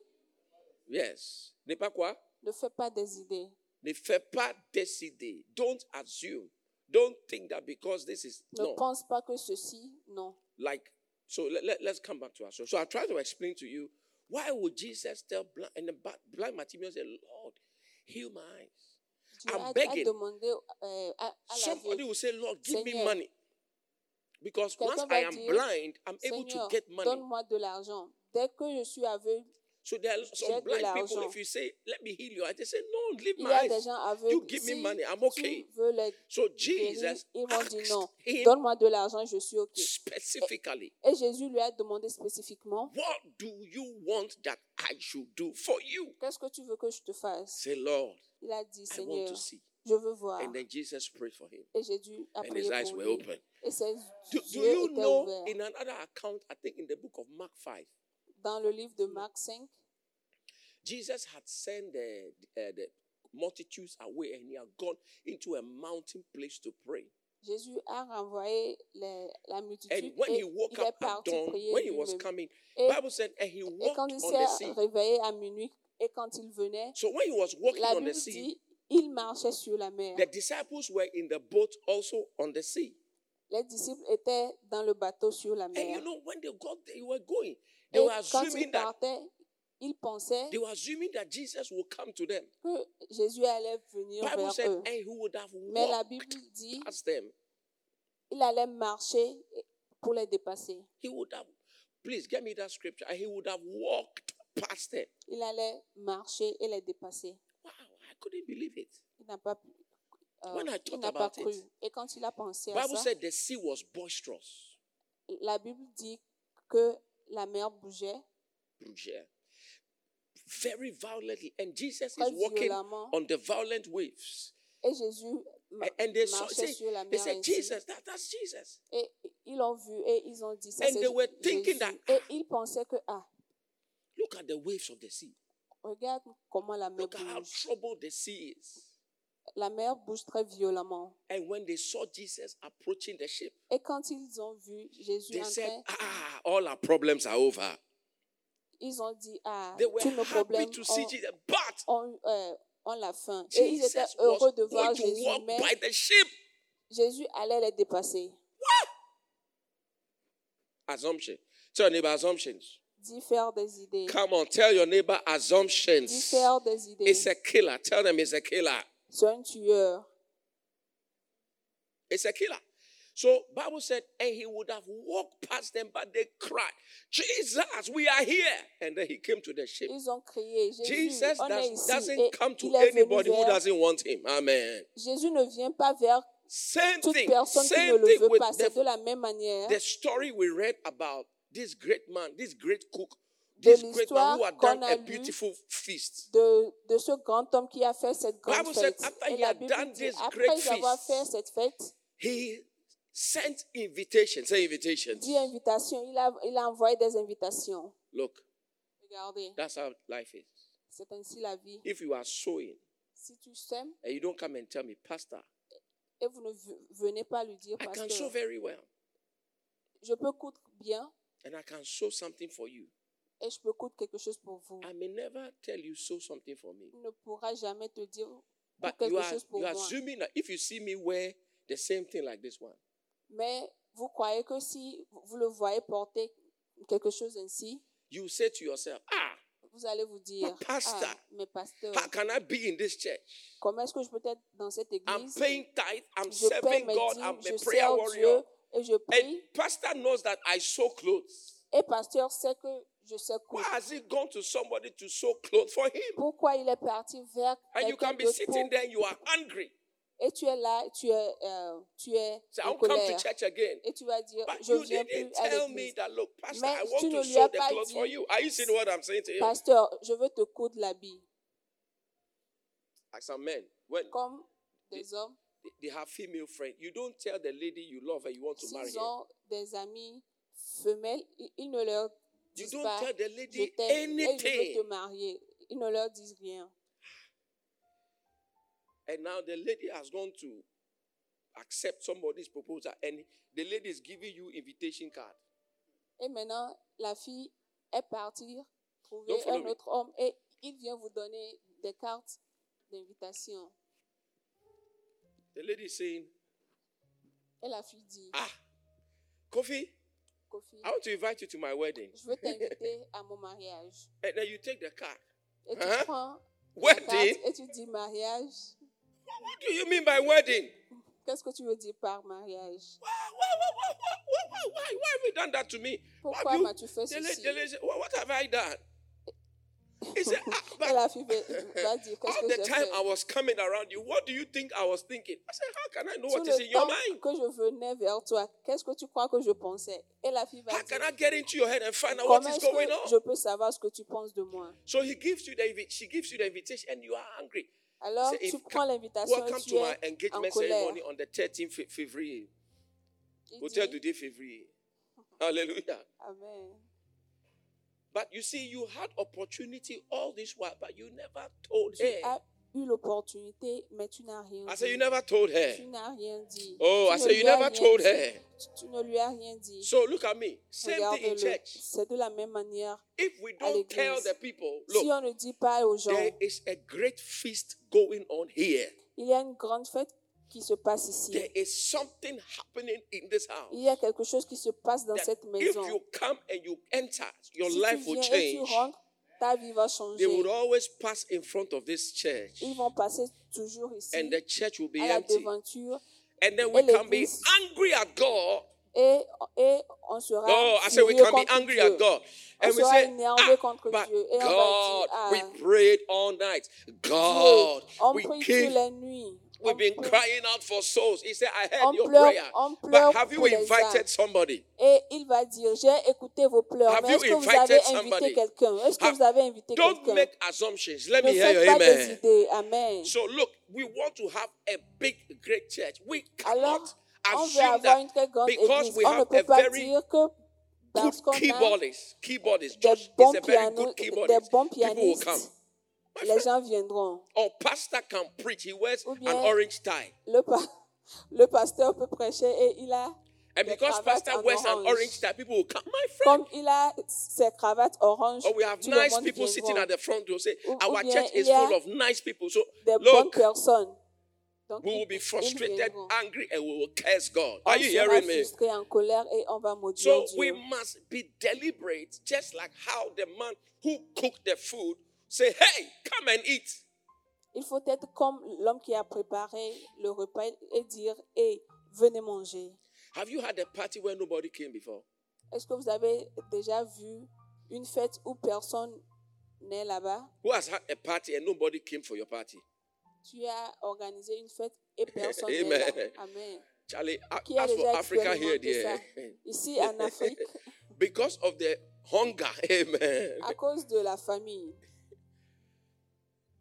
[SPEAKER 1] Yes. N'est pas quoi?
[SPEAKER 2] Ne fais pas des idées.
[SPEAKER 1] Ne fais pas décider. Don't assume. Don't think that because this is
[SPEAKER 2] Ne
[SPEAKER 1] no.
[SPEAKER 2] pense pas que ceci, non.
[SPEAKER 1] Like, so let, let, us come back to ourselves. So I try to explain to you why would Jesus tell blind and the ba- blind Bartimaeus say, Lord, heal my eyes.
[SPEAKER 2] Tu
[SPEAKER 1] I'm
[SPEAKER 2] as, as
[SPEAKER 1] begging.
[SPEAKER 2] demandé euh, à, à la
[SPEAKER 1] Somebody
[SPEAKER 2] vieille,
[SPEAKER 1] will say, Lord, give me
[SPEAKER 2] Seigneur,
[SPEAKER 1] money. Because once
[SPEAKER 2] quelqu'un
[SPEAKER 1] I
[SPEAKER 2] va
[SPEAKER 1] am
[SPEAKER 2] dire,
[SPEAKER 1] blind, I'm able to
[SPEAKER 2] Seigneur,
[SPEAKER 1] get money.
[SPEAKER 2] donne-moi de l'argent. Dès que je suis aveugle,
[SPEAKER 1] So there are
[SPEAKER 2] j'ai
[SPEAKER 1] some
[SPEAKER 2] de
[SPEAKER 1] blind people,
[SPEAKER 2] l'argent.
[SPEAKER 1] if you say, Let me heal you, I just say, No, leave
[SPEAKER 2] Il y
[SPEAKER 1] my
[SPEAKER 2] a des
[SPEAKER 1] eyes.
[SPEAKER 2] gens
[SPEAKER 1] You
[SPEAKER 2] aveugles.
[SPEAKER 1] give me
[SPEAKER 2] Si
[SPEAKER 1] money, I'm okay.
[SPEAKER 2] tu veux les
[SPEAKER 1] So
[SPEAKER 2] guérir,
[SPEAKER 1] Jesus
[SPEAKER 2] ils vont dire non.
[SPEAKER 1] asked him
[SPEAKER 2] Donne-moi de l'argent, je suis OK.
[SPEAKER 1] specifically,
[SPEAKER 2] Et Jésus lui a demandé spécifiquement,
[SPEAKER 1] What do you want that I should do for you?
[SPEAKER 2] qu'est-ce que tu veux que je te fasse
[SPEAKER 1] Say, Lord,
[SPEAKER 2] Il a dit,
[SPEAKER 1] I want
[SPEAKER 2] Seigneur,
[SPEAKER 1] to see.
[SPEAKER 2] je veux voir.
[SPEAKER 1] And then Jesus prayed for him,
[SPEAKER 2] Et Jésus a
[SPEAKER 1] and his
[SPEAKER 2] prié
[SPEAKER 1] eyes
[SPEAKER 2] pour
[SPEAKER 1] were
[SPEAKER 2] lui.
[SPEAKER 1] open.
[SPEAKER 2] Et ses
[SPEAKER 1] Do, do
[SPEAKER 2] yeux
[SPEAKER 1] you
[SPEAKER 2] étaient
[SPEAKER 1] know
[SPEAKER 2] ouverts.
[SPEAKER 1] in another account, I think in the book of Mark 5,
[SPEAKER 2] Dans le livre de Marc 5,
[SPEAKER 1] Jesus had sent the, uh, the multitudes away and he had gone into a mountain place to pray.
[SPEAKER 2] Jésus a renvoyé les- la
[SPEAKER 1] And
[SPEAKER 2] multitude
[SPEAKER 1] when
[SPEAKER 2] et
[SPEAKER 1] he woke
[SPEAKER 2] il est
[SPEAKER 1] up at
[SPEAKER 2] parti
[SPEAKER 1] dawn,
[SPEAKER 2] prier
[SPEAKER 1] when he was
[SPEAKER 2] lui-même.
[SPEAKER 1] coming,
[SPEAKER 2] Et,
[SPEAKER 1] Bible said, and he
[SPEAKER 2] et
[SPEAKER 1] walked
[SPEAKER 2] quand il
[SPEAKER 1] on the
[SPEAKER 2] s'est
[SPEAKER 1] sea.
[SPEAKER 2] réveillé à minuit et quand il venait,
[SPEAKER 1] So when he was walking
[SPEAKER 2] la
[SPEAKER 1] on
[SPEAKER 2] Bible
[SPEAKER 1] the sea,
[SPEAKER 2] dit, il marchait sur la mer.
[SPEAKER 1] the disciples were in the boat also on the sea.
[SPEAKER 2] Les disciples étaient dans le bateau sur la
[SPEAKER 1] And
[SPEAKER 2] mer.
[SPEAKER 1] you know, when they got there, they were going. They
[SPEAKER 2] Et
[SPEAKER 1] were
[SPEAKER 2] quand ils
[SPEAKER 1] assuming that
[SPEAKER 2] partaient, ils pensaient
[SPEAKER 1] they were assuming that Jesus will come to them.
[SPEAKER 2] que Jésus allait venir
[SPEAKER 1] Bible
[SPEAKER 2] vers
[SPEAKER 1] said,
[SPEAKER 2] eux.
[SPEAKER 1] and he would have
[SPEAKER 2] Mais "Oh." la
[SPEAKER 1] walked
[SPEAKER 2] Bible dit,
[SPEAKER 1] past them.
[SPEAKER 2] il allait marcher pour les dépasser.
[SPEAKER 1] He would have, please get me that scripture. And he would have walked past them.
[SPEAKER 2] Il allait marcher et les dépasser.
[SPEAKER 1] Wow, I couldn't believe it.
[SPEAKER 2] Il n'a pas, euh,
[SPEAKER 1] When I
[SPEAKER 2] il
[SPEAKER 1] thought
[SPEAKER 2] n'a pas
[SPEAKER 1] about
[SPEAKER 2] cru.
[SPEAKER 1] it,
[SPEAKER 2] Et quand il a pensé à
[SPEAKER 1] Bible
[SPEAKER 2] ça,
[SPEAKER 1] said the sea was boisterous.
[SPEAKER 2] la Bible dit que la mer bougeait
[SPEAKER 1] Yeah. Very violently. And Jesus
[SPEAKER 2] très
[SPEAKER 1] is walking
[SPEAKER 2] violemment.
[SPEAKER 1] on the violent waves.
[SPEAKER 2] Et Jésus ma-
[SPEAKER 1] A- And they saw,
[SPEAKER 2] marchait
[SPEAKER 1] say,
[SPEAKER 2] sur la
[SPEAKER 1] Eh, they
[SPEAKER 2] mer.
[SPEAKER 1] said,
[SPEAKER 2] ainsi.
[SPEAKER 1] Jesus, that, that's Jesus.
[SPEAKER 2] Et ils l'ont vu et ils ont dit ça.
[SPEAKER 1] And
[SPEAKER 2] c'est
[SPEAKER 1] they were
[SPEAKER 2] Jésus.
[SPEAKER 1] thinking that-
[SPEAKER 2] Et ils pensaient que, ah,
[SPEAKER 1] Look at the waves of the sea.
[SPEAKER 2] regarde comment la mer
[SPEAKER 1] Look at how
[SPEAKER 2] bouge.
[SPEAKER 1] troubled the sea is.
[SPEAKER 2] La mer bouge très violemment.
[SPEAKER 1] And when they saw Jesus approaching the ship,
[SPEAKER 2] Et quand ils ont vu Jésus
[SPEAKER 1] they
[SPEAKER 2] en
[SPEAKER 1] said,
[SPEAKER 2] train,
[SPEAKER 1] Ah, all our problems are over.
[SPEAKER 2] ils ont dit, ah,
[SPEAKER 1] They were
[SPEAKER 2] tous nos
[SPEAKER 1] happy
[SPEAKER 2] problèmes
[SPEAKER 1] to see
[SPEAKER 2] ont,
[SPEAKER 1] Jesus. But
[SPEAKER 2] ont, euh, ont la faim. Et ils étaient
[SPEAKER 1] Jesus
[SPEAKER 2] heureux
[SPEAKER 1] was
[SPEAKER 2] de voir
[SPEAKER 1] going to
[SPEAKER 2] Jésus,
[SPEAKER 1] walk
[SPEAKER 2] mais
[SPEAKER 1] by the sheep.
[SPEAKER 2] Jésus allait les dépasser.
[SPEAKER 1] Assumption. Tell your neighbor assumptions.
[SPEAKER 2] Dis faire des idées.
[SPEAKER 1] Come on, tell your neighbor
[SPEAKER 2] Dis
[SPEAKER 1] assumptions.
[SPEAKER 2] faire des idées.
[SPEAKER 1] It's a killer. Tell them it's a killer.
[SPEAKER 2] C'est un tueur.
[SPEAKER 1] It's a killer. So Bible said, and he would have walked past them, but they cried, Jesus, we are here. And then he came to the sheep.
[SPEAKER 2] Ils ont crié, Jésus,
[SPEAKER 1] Jesus
[SPEAKER 2] on est
[SPEAKER 1] does,
[SPEAKER 2] ici. Et
[SPEAKER 1] doesn't come to
[SPEAKER 2] il est venu
[SPEAKER 1] anybody who
[SPEAKER 2] vers-
[SPEAKER 1] doesn't want him. Amen.
[SPEAKER 2] Jésus ne vient pas vers
[SPEAKER 1] Same
[SPEAKER 2] toute
[SPEAKER 1] thing.
[SPEAKER 2] personne qui ne
[SPEAKER 1] Same
[SPEAKER 2] le
[SPEAKER 1] thing
[SPEAKER 2] veut
[SPEAKER 1] with
[SPEAKER 2] pas. C'est de
[SPEAKER 1] the,
[SPEAKER 2] la même manière.
[SPEAKER 1] the story we read about this great man, this great cook,
[SPEAKER 2] De
[SPEAKER 1] this great man
[SPEAKER 2] l'histoire
[SPEAKER 1] who had
[SPEAKER 2] qu'on
[SPEAKER 1] done
[SPEAKER 2] a
[SPEAKER 1] a
[SPEAKER 2] lue.
[SPEAKER 1] beautiful feast.
[SPEAKER 2] de, de ce grand homme qui a fait cette grande
[SPEAKER 1] Bible said,
[SPEAKER 2] fête.
[SPEAKER 1] after
[SPEAKER 2] Et
[SPEAKER 1] he
[SPEAKER 2] la
[SPEAKER 1] had
[SPEAKER 2] Bible
[SPEAKER 1] done
[SPEAKER 2] dit,
[SPEAKER 1] this great
[SPEAKER 2] après avoir
[SPEAKER 1] feast,
[SPEAKER 2] fait cette fête,
[SPEAKER 1] He sent invitations. Say invitations.
[SPEAKER 2] dit invitation, il a, il a envoyé des invitations.
[SPEAKER 1] Look,
[SPEAKER 2] Regardez,
[SPEAKER 1] that's how life is.
[SPEAKER 2] c'est ainsi la vie.
[SPEAKER 1] If you are sowing
[SPEAKER 2] Si tu sèmes
[SPEAKER 1] and you don't come and tell me, Pastor,
[SPEAKER 2] et vous ne v- venez pas lui dire,
[SPEAKER 1] I
[SPEAKER 2] parce
[SPEAKER 1] can sow
[SPEAKER 2] que
[SPEAKER 1] very well
[SPEAKER 2] je peux coudre bien
[SPEAKER 1] and I can sow something for you.
[SPEAKER 2] et je peux coudre quelque chose pour vous.
[SPEAKER 1] I may never tell you sow something for me.
[SPEAKER 2] Il ne pourra jamais te dire
[SPEAKER 1] But
[SPEAKER 2] quelque
[SPEAKER 1] you are,
[SPEAKER 2] chose pour
[SPEAKER 1] you are
[SPEAKER 2] moi.
[SPEAKER 1] assuming that if you see me wear the same thing like this one,
[SPEAKER 2] Mais vous croyez que si vous le voyez porter quelque chose ainsi,
[SPEAKER 1] you say to yourself, Ah,
[SPEAKER 2] vous allez vous dire,
[SPEAKER 1] But pastor,
[SPEAKER 2] ah, mais pasteur,
[SPEAKER 1] how can I be in this church?
[SPEAKER 2] comment est-ce que je peux être dans cette
[SPEAKER 1] I'm
[SPEAKER 2] église
[SPEAKER 1] paying tithe, I'm
[SPEAKER 2] Je paie
[SPEAKER 1] serving
[SPEAKER 2] mes
[SPEAKER 1] God,
[SPEAKER 2] dîmes,
[SPEAKER 1] I'm
[SPEAKER 2] je
[SPEAKER 1] a prayer
[SPEAKER 2] sers
[SPEAKER 1] warrior.
[SPEAKER 2] Dieu et je
[SPEAKER 1] And
[SPEAKER 2] prie.
[SPEAKER 1] pastor knows that I sew clothes.
[SPEAKER 2] Et pasteur sait que je sais
[SPEAKER 1] Why
[SPEAKER 2] quoi.
[SPEAKER 1] has he gone to somebody to sew clothes for him?
[SPEAKER 2] Pourquoi il est parti vers
[SPEAKER 1] And you
[SPEAKER 2] quelqu'un
[SPEAKER 1] can be
[SPEAKER 2] d'autre
[SPEAKER 1] sitting
[SPEAKER 2] pour-
[SPEAKER 1] there, you are angry.
[SPEAKER 2] et tu es là, tu es, euh, tu es
[SPEAKER 1] So
[SPEAKER 2] en
[SPEAKER 1] I'll come
[SPEAKER 2] colère
[SPEAKER 1] to church again.
[SPEAKER 2] et tu vas dire
[SPEAKER 1] But
[SPEAKER 2] je
[SPEAKER 1] you
[SPEAKER 2] viens plus
[SPEAKER 1] didn't
[SPEAKER 2] à
[SPEAKER 1] tell me
[SPEAKER 2] l'église.
[SPEAKER 1] that, look, Pastor,
[SPEAKER 2] Mais
[SPEAKER 1] I
[SPEAKER 2] tu
[SPEAKER 1] want
[SPEAKER 2] ne
[SPEAKER 1] to
[SPEAKER 2] lui
[SPEAKER 1] sew
[SPEAKER 2] as
[SPEAKER 1] the
[SPEAKER 2] pas
[SPEAKER 1] clothes for
[SPEAKER 2] dit,
[SPEAKER 1] you. Are you seeing what I'm saying to you?
[SPEAKER 2] Pasteur, je veux te coudre l'habit
[SPEAKER 1] Like some men, when
[SPEAKER 2] comme des hommes
[SPEAKER 1] they have female friends, you don't tell the lady you love her you want to marry
[SPEAKER 2] s'ils
[SPEAKER 1] her.
[SPEAKER 2] ont des amis femelles, i- ils ne leur
[SPEAKER 1] You
[SPEAKER 2] disent
[SPEAKER 1] don't
[SPEAKER 2] pas
[SPEAKER 1] tell the
[SPEAKER 2] je
[SPEAKER 1] lady
[SPEAKER 2] t'aime et je veux
[SPEAKER 1] anything.
[SPEAKER 2] te marier. Ils ne leur disent rien.
[SPEAKER 1] And now the lady has gone to accept somebody's proposal, and the lady is giving you invitation card.
[SPEAKER 2] Et maintenant, la fille est partie
[SPEAKER 1] Don't
[SPEAKER 2] trouver
[SPEAKER 1] follow
[SPEAKER 2] un
[SPEAKER 1] me.
[SPEAKER 2] autre homme et il vient vous donner des cartes d'invitation.
[SPEAKER 1] The lady is saying,
[SPEAKER 2] Et la fille dit,
[SPEAKER 1] Ah, Kofi,
[SPEAKER 2] Kofi,
[SPEAKER 1] I want to invite you to my wedding.
[SPEAKER 2] je veux t'inviter à mon mariage.
[SPEAKER 1] And then you take the card.
[SPEAKER 2] Et tu
[SPEAKER 1] Hein?
[SPEAKER 2] prends la carte
[SPEAKER 1] Wedding?
[SPEAKER 2] et tu dis mariage.
[SPEAKER 1] What do you mean by wedding?
[SPEAKER 2] Qu'est-ce que tu veux dire par mariage
[SPEAKER 1] Why, why, why, why, why, why, why, why have you done that to me? Why have
[SPEAKER 2] Pourquoi
[SPEAKER 1] you-
[SPEAKER 2] m'as-tu fait
[SPEAKER 1] The lady-
[SPEAKER 2] ceci
[SPEAKER 1] the lady said, what, what have I done? He said, "Ah,
[SPEAKER 2] Et
[SPEAKER 1] but
[SPEAKER 2] la fille va va dire, qu'est-ce
[SPEAKER 1] all
[SPEAKER 2] que
[SPEAKER 1] the
[SPEAKER 2] j'ai
[SPEAKER 1] time
[SPEAKER 2] fait
[SPEAKER 1] I was coming around you, what do you think I was thinking? I said, how can I know
[SPEAKER 2] Tout
[SPEAKER 1] what is in
[SPEAKER 2] le
[SPEAKER 1] your mind?
[SPEAKER 2] temps que je venais vers toi, qu'est-ce que tu crois que je pensais Et la fille va
[SPEAKER 1] How
[SPEAKER 2] dire,
[SPEAKER 1] can I get into your head and find out what
[SPEAKER 2] comment
[SPEAKER 1] is
[SPEAKER 2] est-ce
[SPEAKER 1] going
[SPEAKER 2] que je
[SPEAKER 1] on?
[SPEAKER 2] peux savoir ce que tu penses de moi
[SPEAKER 1] So he gives you the invi- she gives you the invitation and you are angry.
[SPEAKER 2] Alors,
[SPEAKER 1] Say,
[SPEAKER 2] tu
[SPEAKER 1] if-
[SPEAKER 2] prends l'invitation et
[SPEAKER 1] Welcome
[SPEAKER 2] tu
[SPEAKER 1] to my
[SPEAKER 2] es en
[SPEAKER 1] engagement
[SPEAKER 2] colère.
[SPEAKER 1] ceremony on the 13th Fe- February.
[SPEAKER 2] Il
[SPEAKER 1] Hotel
[SPEAKER 2] dit,
[SPEAKER 1] today, February. Hallelujah.
[SPEAKER 2] Amen.
[SPEAKER 1] But you see, you had opportunity all this while, but you never told
[SPEAKER 2] Tu
[SPEAKER 1] her.
[SPEAKER 2] as eu l'opportunité, mais tu n'as rien
[SPEAKER 1] I
[SPEAKER 2] dit.
[SPEAKER 1] said, you never told her.
[SPEAKER 2] Tu n'as rien dit.
[SPEAKER 1] Oh,
[SPEAKER 2] tu
[SPEAKER 1] I
[SPEAKER 2] ne
[SPEAKER 1] said, you
[SPEAKER 2] lui as
[SPEAKER 1] never
[SPEAKER 2] rien
[SPEAKER 1] told
[SPEAKER 2] dit.
[SPEAKER 1] her.
[SPEAKER 2] Tu- Tu ne lui as rien dit.
[SPEAKER 1] So look at me. Same thing in
[SPEAKER 2] Regarde-le.
[SPEAKER 1] church.
[SPEAKER 2] C'est de la même manière.
[SPEAKER 1] If we don't tell
[SPEAKER 2] l'église.
[SPEAKER 1] the people,
[SPEAKER 2] si
[SPEAKER 1] look,
[SPEAKER 2] on ne dit pas aux gens,
[SPEAKER 1] there is a great feast going on here.
[SPEAKER 2] il y a une grande fête qui se passe ici.
[SPEAKER 1] There is something happening in this house.
[SPEAKER 2] Il y a quelque chose qui se passe dans
[SPEAKER 1] that
[SPEAKER 2] cette
[SPEAKER 1] if
[SPEAKER 2] maison.
[SPEAKER 1] you come and you enter, your
[SPEAKER 2] si
[SPEAKER 1] life
[SPEAKER 2] tu
[SPEAKER 1] will
[SPEAKER 2] viens et tu
[SPEAKER 1] change.
[SPEAKER 2] rentres, ta vie va
[SPEAKER 1] They
[SPEAKER 2] changer.
[SPEAKER 1] will always pass in front of this church,
[SPEAKER 2] Ils vont passer toujours ici,
[SPEAKER 1] and the church will be
[SPEAKER 2] à la
[SPEAKER 1] empty.
[SPEAKER 2] devanture,
[SPEAKER 1] And then we can be
[SPEAKER 2] l'église.
[SPEAKER 1] angry at God.
[SPEAKER 2] et, et on sera
[SPEAKER 1] Oh, I said we
[SPEAKER 2] furieux
[SPEAKER 1] can be
[SPEAKER 2] contre
[SPEAKER 1] angry
[SPEAKER 2] Dieu.
[SPEAKER 1] at God.
[SPEAKER 2] On
[SPEAKER 1] And we
[SPEAKER 2] sera
[SPEAKER 1] say,
[SPEAKER 2] énervé
[SPEAKER 1] "Ah,
[SPEAKER 2] contre
[SPEAKER 1] but
[SPEAKER 2] Dieu. Et on
[SPEAKER 1] God,
[SPEAKER 2] va
[SPEAKER 1] we
[SPEAKER 2] dire, ah,
[SPEAKER 1] prayed all night. God,
[SPEAKER 2] Dieu, on
[SPEAKER 1] we
[SPEAKER 2] prie
[SPEAKER 1] came
[SPEAKER 2] toutes les nuits. On
[SPEAKER 1] We've been
[SPEAKER 2] prie.
[SPEAKER 1] crying out for souls. He said, I heard
[SPEAKER 2] On
[SPEAKER 1] your
[SPEAKER 2] pleure-
[SPEAKER 1] prayer.
[SPEAKER 2] on pleure
[SPEAKER 1] But have you
[SPEAKER 2] pour les âmes.
[SPEAKER 1] invited somebody?
[SPEAKER 2] Et il va dire, j'ai écouté vos pleurs,
[SPEAKER 1] Have
[SPEAKER 2] mais est-ce
[SPEAKER 1] you
[SPEAKER 2] que vous avez
[SPEAKER 1] invited somebody?
[SPEAKER 2] invité quelqu'un Est-ce que
[SPEAKER 1] Have-
[SPEAKER 2] vous avez invité
[SPEAKER 1] Don't
[SPEAKER 2] quelqu'un
[SPEAKER 1] make assumptions. Let
[SPEAKER 2] Ne
[SPEAKER 1] me hear
[SPEAKER 2] faites
[SPEAKER 1] your
[SPEAKER 2] pas des
[SPEAKER 1] amen.
[SPEAKER 2] idées. Amen.
[SPEAKER 1] So, look, we want to have a big, great church. We cannot
[SPEAKER 2] Alors, on veut
[SPEAKER 1] assume
[SPEAKER 2] avoir
[SPEAKER 1] that
[SPEAKER 2] une très grande
[SPEAKER 1] because
[SPEAKER 2] église.
[SPEAKER 1] we
[SPEAKER 2] On ne
[SPEAKER 1] have
[SPEAKER 2] peut
[SPEAKER 1] a
[SPEAKER 2] pas
[SPEAKER 1] very
[SPEAKER 2] dire que
[SPEAKER 1] good
[SPEAKER 2] parce qu'on a
[SPEAKER 1] keyboardist. Keyboardist.
[SPEAKER 2] des
[SPEAKER 1] Josh
[SPEAKER 2] bons,
[SPEAKER 1] is a very
[SPEAKER 2] piano-
[SPEAKER 1] good
[SPEAKER 2] des
[SPEAKER 1] keyboardist.
[SPEAKER 2] bons
[SPEAKER 1] People will come.
[SPEAKER 2] pianistes, les gens viendront.
[SPEAKER 1] Or, pastor can preach. He wears
[SPEAKER 2] Ou
[SPEAKER 1] an
[SPEAKER 2] bien-
[SPEAKER 1] orange tie.
[SPEAKER 2] Le, pa- le pasteur peut prêcher et il a
[SPEAKER 1] And
[SPEAKER 2] Des
[SPEAKER 1] because
[SPEAKER 2] cravates
[SPEAKER 1] Pastor
[SPEAKER 2] en
[SPEAKER 1] wears an
[SPEAKER 2] orange.
[SPEAKER 1] orange tie, people will come, my friend.
[SPEAKER 2] Comme il a ses cravates oranges,
[SPEAKER 1] Or Oh, we have
[SPEAKER 2] tout le
[SPEAKER 1] nice
[SPEAKER 2] monde
[SPEAKER 1] people sitting
[SPEAKER 2] viendra.
[SPEAKER 1] at the front row. Say,
[SPEAKER 2] Ou- ou
[SPEAKER 1] our
[SPEAKER 2] bien
[SPEAKER 1] church is
[SPEAKER 2] il y a
[SPEAKER 1] full of nice people. So
[SPEAKER 2] des bonnes
[SPEAKER 1] look,
[SPEAKER 2] personnes. Donc,
[SPEAKER 1] we will
[SPEAKER 2] ils-
[SPEAKER 1] be
[SPEAKER 2] ils
[SPEAKER 1] frustrated,
[SPEAKER 2] viendront.
[SPEAKER 1] angry, and we will curse God.
[SPEAKER 2] On
[SPEAKER 1] Are you
[SPEAKER 2] sera
[SPEAKER 1] hearing me?
[SPEAKER 2] frustrés, en colère et on va maudire
[SPEAKER 1] So
[SPEAKER 2] Dieu.
[SPEAKER 1] we must be deliberate, just like how the man who cooked the food say, "Hey, come and eat."
[SPEAKER 2] Il faut être comme l'homme qui a préparé le repas et dire Hey, venez manger.
[SPEAKER 1] Have you had a party where nobody came before?
[SPEAKER 2] Est-ce que vous avez déjà vu une fête où personne n'est là-bas
[SPEAKER 1] Who has had a party and nobody came for your party?
[SPEAKER 2] Tu as organisé une fête et personne n'est
[SPEAKER 1] Amen.
[SPEAKER 2] là. Amen.
[SPEAKER 1] Charlie, a-
[SPEAKER 2] Qui a
[SPEAKER 1] as for
[SPEAKER 2] déjà
[SPEAKER 1] Africa here, eh,
[SPEAKER 2] expérimenté
[SPEAKER 1] dear.
[SPEAKER 2] ça Ici en Afrique,
[SPEAKER 1] because of the hunger, amen.
[SPEAKER 2] à cause de la famille.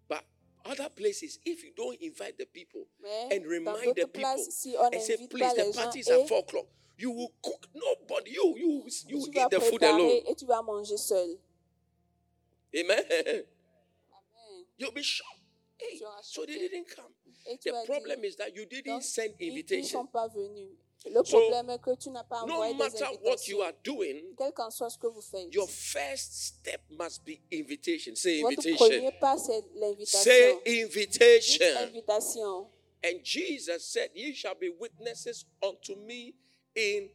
[SPEAKER 1] But other places, if you don't invite the people
[SPEAKER 2] Mais
[SPEAKER 1] and
[SPEAKER 2] dans
[SPEAKER 1] remind the
[SPEAKER 2] d'autres
[SPEAKER 1] people
[SPEAKER 2] places, si on
[SPEAKER 1] and say,
[SPEAKER 2] n'invite
[SPEAKER 1] please,
[SPEAKER 2] pas
[SPEAKER 1] the
[SPEAKER 2] les gens
[SPEAKER 1] party is
[SPEAKER 2] et
[SPEAKER 1] at four o'clock, you will cook nobody. You you Eh? you
[SPEAKER 2] tu vas
[SPEAKER 1] eat the food alone.
[SPEAKER 2] préparer et tu vas manger seul.
[SPEAKER 1] Amen.
[SPEAKER 2] Amen.
[SPEAKER 1] You'll be shocked. Hey,
[SPEAKER 2] Sure,
[SPEAKER 1] so they
[SPEAKER 2] okay.
[SPEAKER 1] didn't come.
[SPEAKER 2] Et tu
[SPEAKER 1] The
[SPEAKER 2] vas dire,
[SPEAKER 1] problem is that you didn't
[SPEAKER 2] Donc,
[SPEAKER 1] send
[SPEAKER 2] ils- Ils ne sont
[SPEAKER 1] invitation.
[SPEAKER 2] pas venus. Le
[SPEAKER 1] So,
[SPEAKER 2] problème est que tu n'as pas
[SPEAKER 1] No
[SPEAKER 2] envoyé des
[SPEAKER 1] matter what you
[SPEAKER 2] invitations.
[SPEAKER 1] are doing,
[SPEAKER 2] Quel qu'en soit ce que vous faites,
[SPEAKER 1] your first step must be invitation. Say
[SPEAKER 2] votre
[SPEAKER 1] invitation.
[SPEAKER 2] premier pas, c'est
[SPEAKER 1] Say
[SPEAKER 2] l'invitation. Dites
[SPEAKER 1] invitation.
[SPEAKER 2] invitation.
[SPEAKER 1] And Jesus said, Ye shall be witnesses unto me in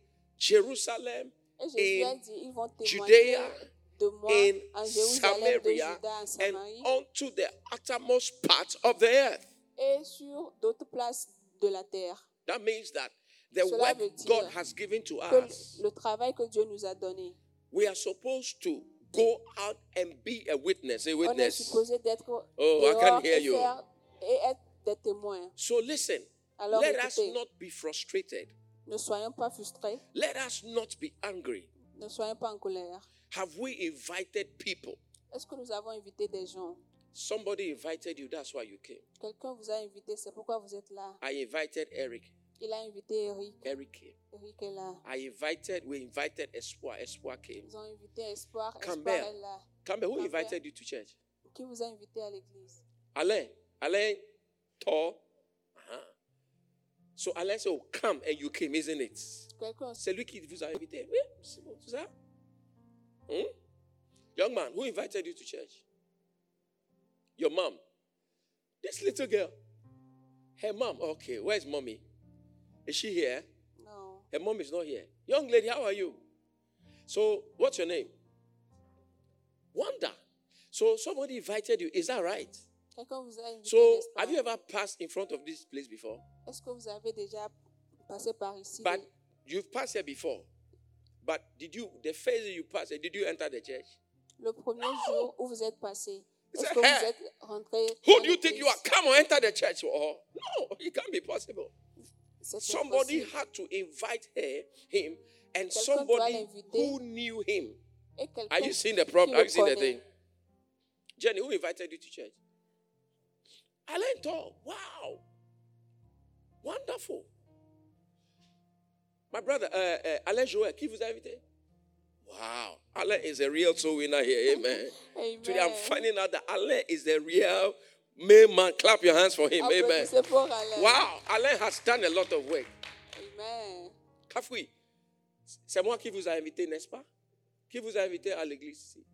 [SPEAKER 1] Jerusalem,
[SPEAKER 2] Et Jésus
[SPEAKER 1] In
[SPEAKER 2] a dit, ils vont témoigner
[SPEAKER 1] Judea,
[SPEAKER 2] de moi
[SPEAKER 1] in
[SPEAKER 2] en Jérusalem, de
[SPEAKER 1] Samaria,
[SPEAKER 2] Juda, en
[SPEAKER 1] and
[SPEAKER 2] Samarie
[SPEAKER 1] unto the uttermost part of the earth.
[SPEAKER 2] et sur d'autres places de la terre.
[SPEAKER 1] That means that the
[SPEAKER 2] Cela
[SPEAKER 1] work
[SPEAKER 2] veut dire
[SPEAKER 1] God has given to
[SPEAKER 2] Que
[SPEAKER 1] us
[SPEAKER 2] le travail que Dieu nous a donné,
[SPEAKER 1] We are supposed to go out and be a witness, a
[SPEAKER 2] on est
[SPEAKER 1] witness. Oh,
[SPEAKER 2] supposé d'être
[SPEAKER 1] I
[SPEAKER 2] dehors
[SPEAKER 1] can hear
[SPEAKER 2] et,
[SPEAKER 1] you.
[SPEAKER 2] faire- et être des témoins.
[SPEAKER 1] So listen,
[SPEAKER 2] Alors
[SPEAKER 1] let us
[SPEAKER 2] écoutez,
[SPEAKER 1] not be frustrated.
[SPEAKER 2] ne soyons pas frustrés,
[SPEAKER 1] Let us not be angry.
[SPEAKER 2] ne soyons pas en colère.
[SPEAKER 1] Have we invited people?
[SPEAKER 2] Est-ce que nous avons invité des gens
[SPEAKER 1] Somebody invited you, that's why you came.
[SPEAKER 2] Quelqu'un vous a invité, c'est pourquoi vous êtes là.
[SPEAKER 1] I invited Eric.
[SPEAKER 2] Il a invité Eric.
[SPEAKER 1] Eric came.
[SPEAKER 2] Eric est là.
[SPEAKER 1] I invited, we invited Espoir. Espoir came.
[SPEAKER 2] Ils ont invité Espoir. Espoir
[SPEAKER 1] Campbell.
[SPEAKER 2] est là.
[SPEAKER 1] Campbell, who
[SPEAKER 2] Campbell.
[SPEAKER 1] invited you to church?
[SPEAKER 2] Qui vous a invité à l'église
[SPEAKER 1] Alain. Alain, tall. Uh-huh. So Alain said, oh, come, and you came, isn't it?
[SPEAKER 2] Quelqu'un
[SPEAKER 1] C'est lui qui vous a invité. Oui, c'est bon, c'est ça. Hmm? Young man, who invited you to church? Your mom. This little girl. Her mom. Okay, where's mommy? Is she here?
[SPEAKER 2] Non.
[SPEAKER 1] Her mom is not here. Young lady, how are you? So, what's your name? Wanda. So, somebody invited you. Is that right?
[SPEAKER 2] Quelqu'un vous a invité.
[SPEAKER 1] So,
[SPEAKER 2] n'est-ce pas?
[SPEAKER 1] have you ever passed in front of this place before?
[SPEAKER 2] Est-ce que vous avez déjà passé par ici
[SPEAKER 1] But
[SPEAKER 2] de-
[SPEAKER 1] you've passed here before. But did you, the first day you passed, did you enter the church?
[SPEAKER 2] le premier jour où vous êtes passé
[SPEAKER 1] It's
[SPEAKER 2] Est-ce
[SPEAKER 1] a
[SPEAKER 2] que vous
[SPEAKER 1] hair.
[SPEAKER 2] êtes rentré
[SPEAKER 1] Who
[SPEAKER 2] dans
[SPEAKER 1] do you think you are?
[SPEAKER 2] l'église?
[SPEAKER 1] Come or enter the church? Or no, it can't be possible.
[SPEAKER 2] C'était
[SPEAKER 1] Somebody
[SPEAKER 2] possible.
[SPEAKER 1] had to invite her, him, and
[SPEAKER 2] Quelqu'un doit
[SPEAKER 1] somebody
[SPEAKER 2] l'inviter.
[SPEAKER 1] who knew him.
[SPEAKER 2] Et quelqu'un
[SPEAKER 1] Are you seeing the
[SPEAKER 2] qui
[SPEAKER 1] problem?
[SPEAKER 2] le
[SPEAKER 1] Are you seeing the
[SPEAKER 2] connaît.
[SPEAKER 1] thing? Jenny, who invited you to church? Alan Tall. Wow. Wonderful. My brother, uh, uh, Alain Joel, qui vous a invité? Wow. Alain is a real soul winner here. Amen.
[SPEAKER 2] Amen.
[SPEAKER 1] Today I'm finding out that Alain is the real main man. Clap your hands for him. Amen.
[SPEAKER 2] Applaudissez pour Alain.
[SPEAKER 1] Wow, Alain has done a lot of work.
[SPEAKER 2] Amen.
[SPEAKER 1] Kafoui, c'est moi qui vous a invité, n'est-ce pas? Qui vous a invité à l'église ici?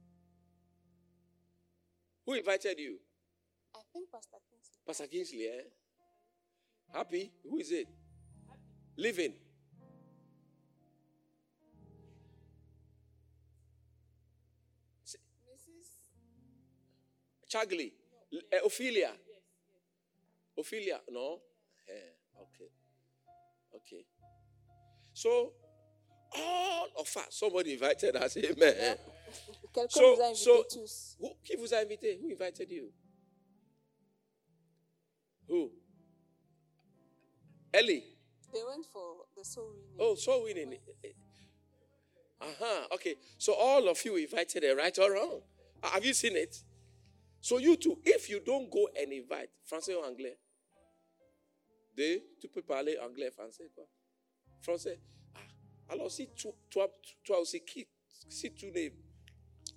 [SPEAKER 1] Who invited you?
[SPEAKER 2] I think Pastor Kingsley.
[SPEAKER 1] Pastor Kingsley, eh? Happy? Who is it? Living.
[SPEAKER 2] Mrs.
[SPEAKER 1] Chagley. L- eh, Ophelia. Ophelia, no? Eh, okay. Okay. So, all of us, somebody invited us. Amen.
[SPEAKER 2] Quelqu'un
[SPEAKER 1] Eh. So-
[SPEAKER 2] vous a invité
[SPEAKER 1] so-
[SPEAKER 2] tous.
[SPEAKER 1] Who, qui vous a invité? Who invited you? Who? Ellie.
[SPEAKER 2] They went for the soul winning.
[SPEAKER 1] Oh, so winning. Uh huh. Okay. So all of you invited her, right or wrong? Uh, Have you seen it? So you too, if you don't go and invite, français ou anglais? De, tu peux parler anglais, français quoi? Français. Ah, alors si tu- toi, toi aussi, qui, si tu n'es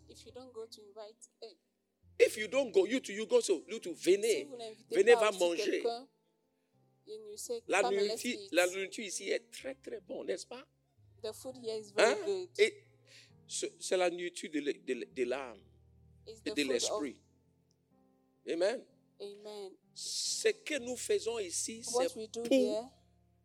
[SPEAKER 2] If you don't go to invite, eh,
[SPEAKER 1] If you don't go, you to you go so you to
[SPEAKER 2] si
[SPEAKER 1] venez.
[SPEAKER 2] vous n'invitez
[SPEAKER 1] Venez va
[SPEAKER 2] pas aussi
[SPEAKER 1] manger.
[SPEAKER 2] quelqu'un, il ne sait
[SPEAKER 1] La
[SPEAKER 2] pas me laisse
[SPEAKER 1] nourriture,
[SPEAKER 2] eat.
[SPEAKER 1] la nourriture ici est très très bonne, n'est-ce pas?
[SPEAKER 2] The food here is
[SPEAKER 1] Hein?
[SPEAKER 2] very good.
[SPEAKER 1] Et ce- c'est la nourriture de, l'e- de l'e- de l'âme
[SPEAKER 2] It's
[SPEAKER 1] et
[SPEAKER 2] the
[SPEAKER 1] de
[SPEAKER 2] food of-
[SPEAKER 1] l'esprit. Amen.
[SPEAKER 2] Amen.
[SPEAKER 1] Ce que nous faisons ici,
[SPEAKER 2] What
[SPEAKER 1] c'est
[SPEAKER 2] we do
[SPEAKER 1] pour
[SPEAKER 2] here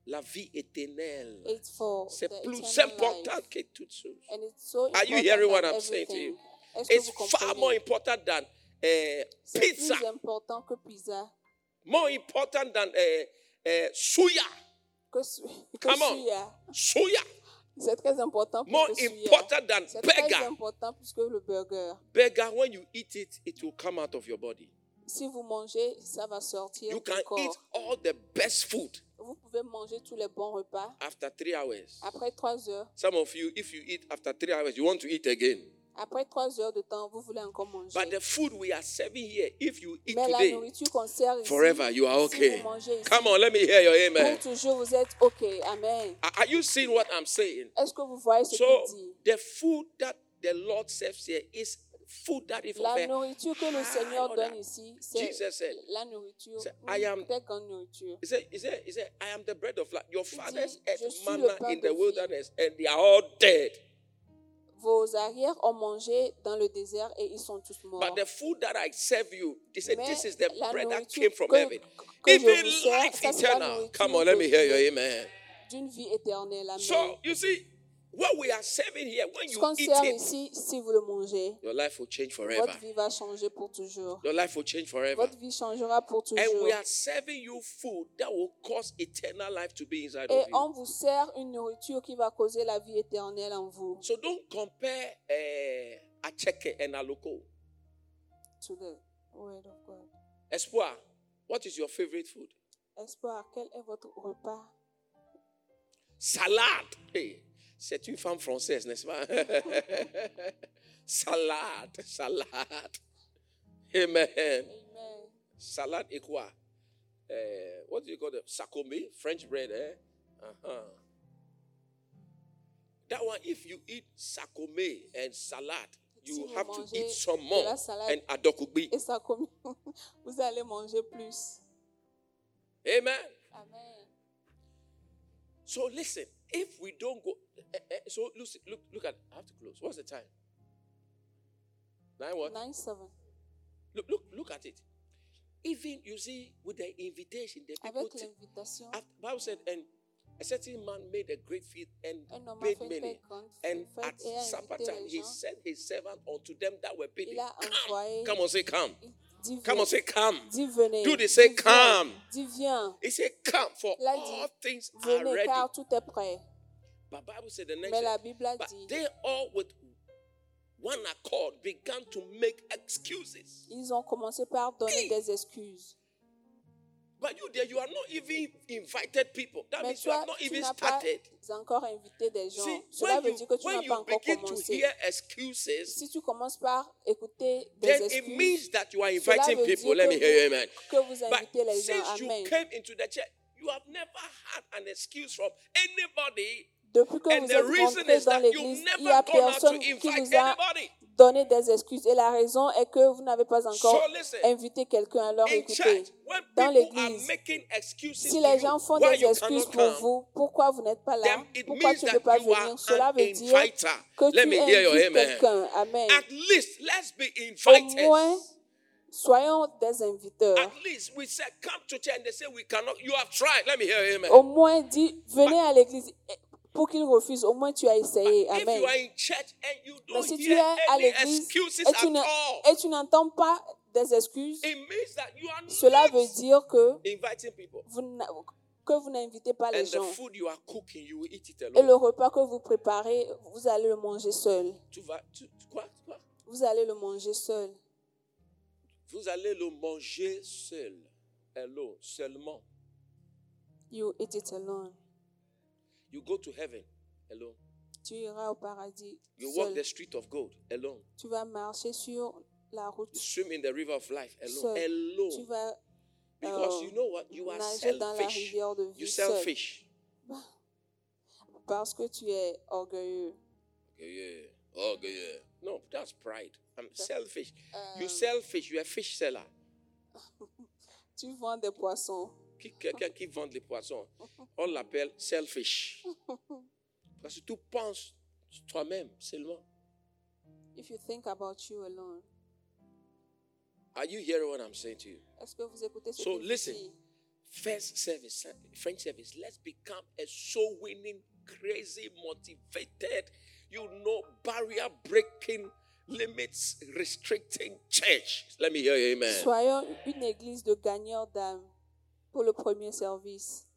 [SPEAKER 1] la vie éternelle.
[SPEAKER 2] is for the
[SPEAKER 1] C'est plus
[SPEAKER 2] eternal
[SPEAKER 1] important
[SPEAKER 2] life.
[SPEAKER 1] que toutes choses.
[SPEAKER 2] And it's so
[SPEAKER 1] Are
[SPEAKER 2] important
[SPEAKER 1] you hearing what
[SPEAKER 2] than
[SPEAKER 1] I'm saying to you?
[SPEAKER 2] everything. Est-ce que
[SPEAKER 1] It's
[SPEAKER 2] vous
[SPEAKER 1] far more
[SPEAKER 2] comprenez?
[SPEAKER 1] important than eh,
[SPEAKER 2] C'est
[SPEAKER 1] pizza,
[SPEAKER 2] plus important que pizza,
[SPEAKER 1] more important than eh, eh, suya,
[SPEAKER 2] que, su- que
[SPEAKER 1] Come on.
[SPEAKER 2] suya.
[SPEAKER 1] suya,
[SPEAKER 2] C'est très important plus
[SPEAKER 1] more
[SPEAKER 2] que suya.
[SPEAKER 1] important than
[SPEAKER 2] C'est très
[SPEAKER 1] burger.
[SPEAKER 2] important plus que le burger.
[SPEAKER 1] Burger, when you eat it, it will come out of your body.
[SPEAKER 2] Si vous mangez, ça va sortir
[SPEAKER 1] You
[SPEAKER 2] du
[SPEAKER 1] can eat
[SPEAKER 2] corps.
[SPEAKER 1] all the best food
[SPEAKER 2] Vous pouvez manger tous les bons repas.
[SPEAKER 1] after three hours.
[SPEAKER 2] Après trois heures,
[SPEAKER 1] Some of you, if you eat after three hours, you want to eat again.
[SPEAKER 2] après trois heures de temps, vous voulez encore manger.
[SPEAKER 1] But the food we are serving here, if you eat
[SPEAKER 2] Mais la
[SPEAKER 1] today,
[SPEAKER 2] nourriture qu'on sert ici,
[SPEAKER 1] forever, you are
[SPEAKER 2] si
[SPEAKER 1] okay.
[SPEAKER 2] vous mangez ici,
[SPEAKER 1] Come on, let me hear your amen.
[SPEAKER 2] pour toujours, vous êtes OK. Amen.
[SPEAKER 1] Are- Are you seeing what I'm saying?
[SPEAKER 2] Est-ce que vous voyez ce
[SPEAKER 1] So
[SPEAKER 2] qu'il dit?
[SPEAKER 1] the food that the Lord serves here is food that is
[SPEAKER 2] La
[SPEAKER 1] prepared.
[SPEAKER 2] nourriture que le
[SPEAKER 1] Ah,
[SPEAKER 2] Seigneur
[SPEAKER 1] order.
[SPEAKER 2] donne ici, c'est
[SPEAKER 1] Jesus said,
[SPEAKER 2] la nourriture,
[SPEAKER 1] said,
[SPEAKER 2] une
[SPEAKER 1] I am-
[SPEAKER 2] très grande nourriture.
[SPEAKER 1] He said, he said, he said, I am the bread of life. Your fathers
[SPEAKER 2] Je
[SPEAKER 1] ate
[SPEAKER 2] suis le
[SPEAKER 1] manna
[SPEAKER 2] pain
[SPEAKER 1] in
[SPEAKER 2] de
[SPEAKER 1] the
[SPEAKER 2] vie.
[SPEAKER 1] wilderness and they are all dead.
[SPEAKER 2] Vos arrières ont mangé dans le désert et ils sont tous morts.
[SPEAKER 1] But the food that I serve you, they said,
[SPEAKER 2] Mais
[SPEAKER 1] this is the
[SPEAKER 2] la
[SPEAKER 1] bread that
[SPEAKER 2] nourriture
[SPEAKER 1] came from
[SPEAKER 2] que-
[SPEAKER 1] heaven.
[SPEAKER 2] que je
[SPEAKER 1] Even
[SPEAKER 2] vous sers,
[SPEAKER 1] life
[SPEAKER 2] ça, c'est la
[SPEAKER 1] eternal. Come on,
[SPEAKER 2] nourriture
[SPEAKER 1] let me
[SPEAKER 2] de
[SPEAKER 1] hear your
[SPEAKER 2] Dieu.
[SPEAKER 1] amen.
[SPEAKER 2] d'une vie éternelle. Amen.
[SPEAKER 1] So you see, what we are serving here, when
[SPEAKER 2] Ce
[SPEAKER 1] you
[SPEAKER 2] qu'on
[SPEAKER 1] eat
[SPEAKER 2] sert
[SPEAKER 1] it,
[SPEAKER 2] ici, si vous le mangez,
[SPEAKER 1] your life will change forever.
[SPEAKER 2] votre vie va changer pour toujours.
[SPEAKER 1] Your life will change forever.
[SPEAKER 2] Votre vie changera pour
[SPEAKER 1] And
[SPEAKER 2] toujours.
[SPEAKER 1] we are serving you food that will cause eternal life to be inside
[SPEAKER 2] Et
[SPEAKER 1] of you.
[SPEAKER 2] on vous sert une nourriture qui va causer la vie éternelle en vous.
[SPEAKER 1] So don't compare uh, Acheke and Aloko.
[SPEAKER 2] To the word of God.
[SPEAKER 1] Espoir, what is your favorite food?
[SPEAKER 2] Espoir, quel est votre repas?
[SPEAKER 1] Salade. Hey, c'est une femme française, n'est-ce pas? salade, salade. Amen.
[SPEAKER 2] Amen.
[SPEAKER 1] Salade et quoi? Eh, what do you call it? Sakome, French bread, eh? Uh-huh. That one, if you eat sakome and salad,
[SPEAKER 2] Si
[SPEAKER 1] you
[SPEAKER 2] vous
[SPEAKER 1] have to
[SPEAKER 2] mangez
[SPEAKER 1] eat some
[SPEAKER 2] de
[SPEAKER 1] more
[SPEAKER 2] la salade-
[SPEAKER 1] and adokugbi.
[SPEAKER 2] Et ça, comme vous allez manger plus.
[SPEAKER 1] Amen.
[SPEAKER 2] Amen.
[SPEAKER 1] So listen, if we don't go, eh, eh, so look, look, look at. I have to close. What's the time? Nine what?
[SPEAKER 2] 9-7.
[SPEAKER 1] Look, look, look at it. Even you see with the invitation, the people.
[SPEAKER 2] Avec
[SPEAKER 1] t-
[SPEAKER 2] l'invitation,
[SPEAKER 1] after, Bible said, and a certain man made a great feast and
[SPEAKER 2] un homme a
[SPEAKER 1] paid
[SPEAKER 2] fait une
[SPEAKER 1] many.
[SPEAKER 2] très grande
[SPEAKER 1] And
[SPEAKER 2] fête
[SPEAKER 1] at
[SPEAKER 2] et a
[SPEAKER 1] supper
[SPEAKER 2] invité
[SPEAKER 1] time,
[SPEAKER 2] les
[SPEAKER 1] he
[SPEAKER 2] gens.
[SPEAKER 1] sent his servant unto them that were bidding.
[SPEAKER 2] Il a envoyé.
[SPEAKER 1] Ah, Come on, say come.
[SPEAKER 2] Il dit,
[SPEAKER 1] Come on,
[SPEAKER 2] viens.
[SPEAKER 1] say come.
[SPEAKER 2] Dis venez.
[SPEAKER 1] Do they say,
[SPEAKER 2] Dis, viens.
[SPEAKER 1] come?
[SPEAKER 2] Dis viens.
[SPEAKER 1] He said, come for
[SPEAKER 2] Il a dit,
[SPEAKER 1] all things are
[SPEAKER 2] Venez
[SPEAKER 1] ready.
[SPEAKER 2] car tout est prêt.
[SPEAKER 1] But Bible said the next.
[SPEAKER 2] Mais la
[SPEAKER 1] thing,
[SPEAKER 2] Bible a
[SPEAKER 1] But
[SPEAKER 2] dit,
[SPEAKER 1] they all with one accord began to make excuses.
[SPEAKER 2] ils ont commencé par donner
[SPEAKER 1] Qui?
[SPEAKER 2] des excuses.
[SPEAKER 1] But you there, you are not even invited people. That
[SPEAKER 2] Mais
[SPEAKER 1] means Ah, you
[SPEAKER 2] toi,
[SPEAKER 1] have not
[SPEAKER 2] tu
[SPEAKER 1] even
[SPEAKER 2] n'as pas
[SPEAKER 1] started.
[SPEAKER 2] encore invité des gens.
[SPEAKER 1] See,
[SPEAKER 2] Cela
[SPEAKER 1] when
[SPEAKER 2] veut
[SPEAKER 1] you,
[SPEAKER 2] dire que tu
[SPEAKER 1] when
[SPEAKER 2] n'as pas
[SPEAKER 1] you
[SPEAKER 2] encore
[SPEAKER 1] begin to
[SPEAKER 2] commencé.
[SPEAKER 1] hear excuses,
[SPEAKER 2] Si tu commences par écouter
[SPEAKER 1] then
[SPEAKER 2] des
[SPEAKER 1] it
[SPEAKER 2] excuses,
[SPEAKER 1] means that you are
[SPEAKER 2] cela
[SPEAKER 1] inviting
[SPEAKER 2] veut dire
[SPEAKER 1] people. Let me hear you, amen.
[SPEAKER 2] que vous, que vous
[SPEAKER 1] But
[SPEAKER 2] invitez les gens.
[SPEAKER 1] since you
[SPEAKER 2] Amen.
[SPEAKER 1] came into the church, you have never had an excuse from anybody.
[SPEAKER 2] Depuis que
[SPEAKER 1] And
[SPEAKER 2] vous
[SPEAKER 1] the
[SPEAKER 2] êtes
[SPEAKER 1] reason
[SPEAKER 2] rentré
[SPEAKER 1] is
[SPEAKER 2] dans
[SPEAKER 1] that
[SPEAKER 2] l'église,
[SPEAKER 1] you've
[SPEAKER 2] il n'y a
[SPEAKER 1] never gone out to
[SPEAKER 2] personne qui
[SPEAKER 1] invite
[SPEAKER 2] vous a
[SPEAKER 1] anybody.
[SPEAKER 2] donné des excuses. Et la raison est que vous n'avez pas encore
[SPEAKER 1] So listen,
[SPEAKER 2] invité quelqu'un. Alors
[SPEAKER 1] In
[SPEAKER 2] écoutez,
[SPEAKER 1] church, when people
[SPEAKER 2] dans
[SPEAKER 1] are
[SPEAKER 2] l'église,
[SPEAKER 1] making excuses
[SPEAKER 2] si
[SPEAKER 1] to
[SPEAKER 2] les
[SPEAKER 1] you
[SPEAKER 2] gens font
[SPEAKER 1] why
[SPEAKER 2] des
[SPEAKER 1] you
[SPEAKER 2] excuses
[SPEAKER 1] cannot
[SPEAKER 2] pour
[SPEAKER 1] come,
[SPEAKER 2] vous, pourquoi vous n'êtes pas là,
[SPEAKER 1] then it
[SPEAKER 2] pourquoi
[SPEAKER 1] means
[SPEAKER 2] tu ne
[SPEAKER 1] that
[SPEAKER 2] peux pas
[SPEAKER 1] you are
[SPEAKER 2] venir, cela
[SPEAKER 1] an
[SPEAKER 2] veut dire
[SPEAKER 1] inviter.
[SPEAKER 2] que
[SPEAKER 1] Let
[SPEAKER 2] tu
[SPEAKER 1] me hear your
[SPEAKER 2] invites
[SPEAKER 1] amen.
[SPEAKER 2] quelqu'un. Amen.
[SPEAKER 1] At least let's be
[SPEAKER 2] Au
[SPEAKER 1] invited.
[SPEAKER 2] moins, soyons des inviteurs.
[SPEAKER 1] At least we said come to church and they say we cannot. You have tried. Let me hear you, amen.
[SPEAKER 2] Au moins, dis, venez à l'église pour qu'ils refusent. Au moins, tu as essayé.
[SPEAKER 1] If
[SPEAKER 2] Amen.
[SPEAKER 1] you are in church and you
[SPEAKER 2] Mais
[SPEAKER 1] don't
[SPEAKER 2] si tu es
[SPEAKER 1] hear
[SPEAKER 2] à
[SPEAKER 1] any
[SPEAKER 2] l'église
[SPEAKER 1] excuses
[SPEAKER 2] et
[SPEAKER 1] at
[SPEAKER 2] tu ne-
[SPEAKER 1] all,
[SPEAKER 2] et tu n'entends pas des excuses,
[SPEAKER 1] it means that you are
[SPEAKER 2] cela
[SPEAKER 1] not
[SPEAKER 2] veut dire que
[SPEAKER 1] inviting people.
[SPEAKER 2] vous n'a- que vous n'invitez pas les
[SPEAKER 1] And the
[SPEAKER 2] gens.
[SPEAKER 1] food you are cooking, you will eat it
[SPEAKER 2] Et le
[SPEAKER 1] alone.
[SPEAKER 2] repas que vous préparez, vous allez le manger seul.
[SPEAKER 1] Tu vas, tu, tu- quoi, quoi?
[SPEAKER 2] Vous allez le manger seul.
[SPEAKER 1] Vous allez le manger seul, alone, seulement.
[SPEAKER 2] You eat it alone.
[SPEAKER 1] You go to heaven alone.
[SPEAKER 2] Tu iras au paradis
[SPEAKER 1] You walk
[SPEAKER 2] seul.
[SPEAKER 1] the street of gold alone.
[SPEAKER 2] Tu vas marcher sur la route
[SPEAKER 1] You swim in the river of life alone.
[SPEAKER 2] seul. Tu
[SPEAKER 1] Alone.
[SPEAKER 2] vas
[SPEAKER 1] Because
[SPEAKER 2] euh,
[SPEAKER 1] you know what? You are
[SPEAKER 2] nager dans la
[SPEAKER 1] selfish.
[SPEAKER 2] rivière de
[SPEAKER 1] You
[SPEAKER 2] vie seul
[SPEAKER 1] selfish.
[SPEAKER 2] parce que tu es orgueilleux.
[SPEAKER 1] Okay, yeah. Oh, okay, yeah. No, that's um, pride. I'm selfish.
[SPEAKER 2] Euh,
[SPEAKER 1] You selfish. You're a fish seller.
[SPEAKER 2] Tu vends des poissons.
[SPEAKER 1] Qui- Quelqu'un qui vend les poissons, on l'appelle selfish. Parce que tu penses toi-même seulement.
[SPEAKER 2] If you think about you alone,
[SPEAKER 1] Are you hearing what I'm saying to you?
[SPEAKER 2] est-ce que vous écoutez ce
[SPEAKER 1] So,
[SPEAKER 2] que
[SPEAKER 1] listen.
[SPEAKER 2] je dis?
[SPEAKER 1] First service, uh, French service, let's become a soul winning, crazy, motivated, you know, barrier breaking, limits restricting church. Let me hear you, amen.
[SPEAKER 2] Soyons une église de gagnants d'âmes pour le premier service.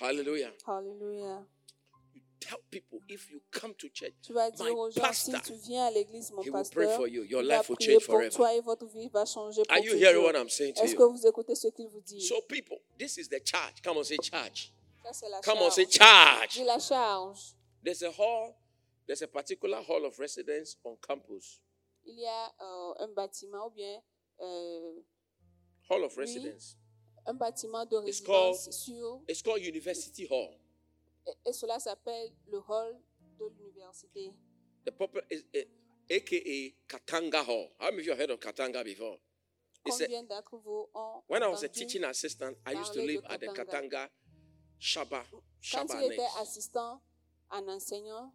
[SPEAKER 1] Hallelujah.
[SPEAKER 2] Hallelujah.
[SPEAKER 1] You tell people if you come to church,
[SPEAKER 2] Tu vas dire
[SPEAKER 1] my
[SPEAKER 2] aux gens, si
[SPEAKER 1] pastor,
[SPEAKER 2] tu viens à l'église, mon
[SPEAKER 1] he will pray
[SPEAKER 2] pasteur,
[SPEAKER 1] for you. Your
[SPEAKER 2] il va
[SPEAKER 1] life will
[SPEAKER 2] prier
[SPEAKER 1] change
[SPEAKER 2] pour
[SPEAKER 1] forever.
[SPEAKER 2] toi et votre vie va changer pour
[SPEAKER 1] Are you hearing
[SPEAKER 2] toujours.
[SPEAKER 1] what I'm saying to
[SPEAKER 2] Est-ce que
[SPEAKER 1] you?
[SPEAKER 2] vous écoutez ce qu'il vous dit?
[SPEAKER 1] So, people, this is the charge. Come on, say charge.
[SPEAKER 2] Ça, c'est la
[SPEAKER 1] Come on, say
[SPEAKER 2] charge.
[SPEAKER 1] charge.
[SPEAKER 2] Dis la charge.
[SPEAKER 1] There's a hall, there's a particular hall of residence on campus.
[SPEAKER 2] Il y a euh, un bâtiment ou bien euh,
[SPEAKER 1] Hall of
[SPEAKER 2] Oui.
[SPEAKER 1] residence.
[SPEAKER 2] un bâtiment de
[SPEAKER 1] It's called-
[SPEAKER 2] résidence sur
[SPEAKER 1] It's called University Hall.
[SPEAKER 2] et, et cela s'appelle le hall de l'université.
[SPEAKER 1] The proper is eh, AKA Katanga Hall. How many of you have heard of Katanga before? It's a,
[SPEAKER 2] Combien d'entre vous ont
[SPEAKER 1] when I was a
[SPEAKER 2] entendu-
[SPEAKER 1] teaching assistant, I used to
[SPEAKER 2] parler de
[SPEAKER 1] live at the Katanga
[SPEAKER 2] Katanga.
[SPEAKER 1] Shaba
[SPEAKER 2] quand
[SPEAKER 1] Shaba
[SPEAKER 2] il était
[SPEAKER 1] next.
[SPEAKER 2] assistant en enseignant,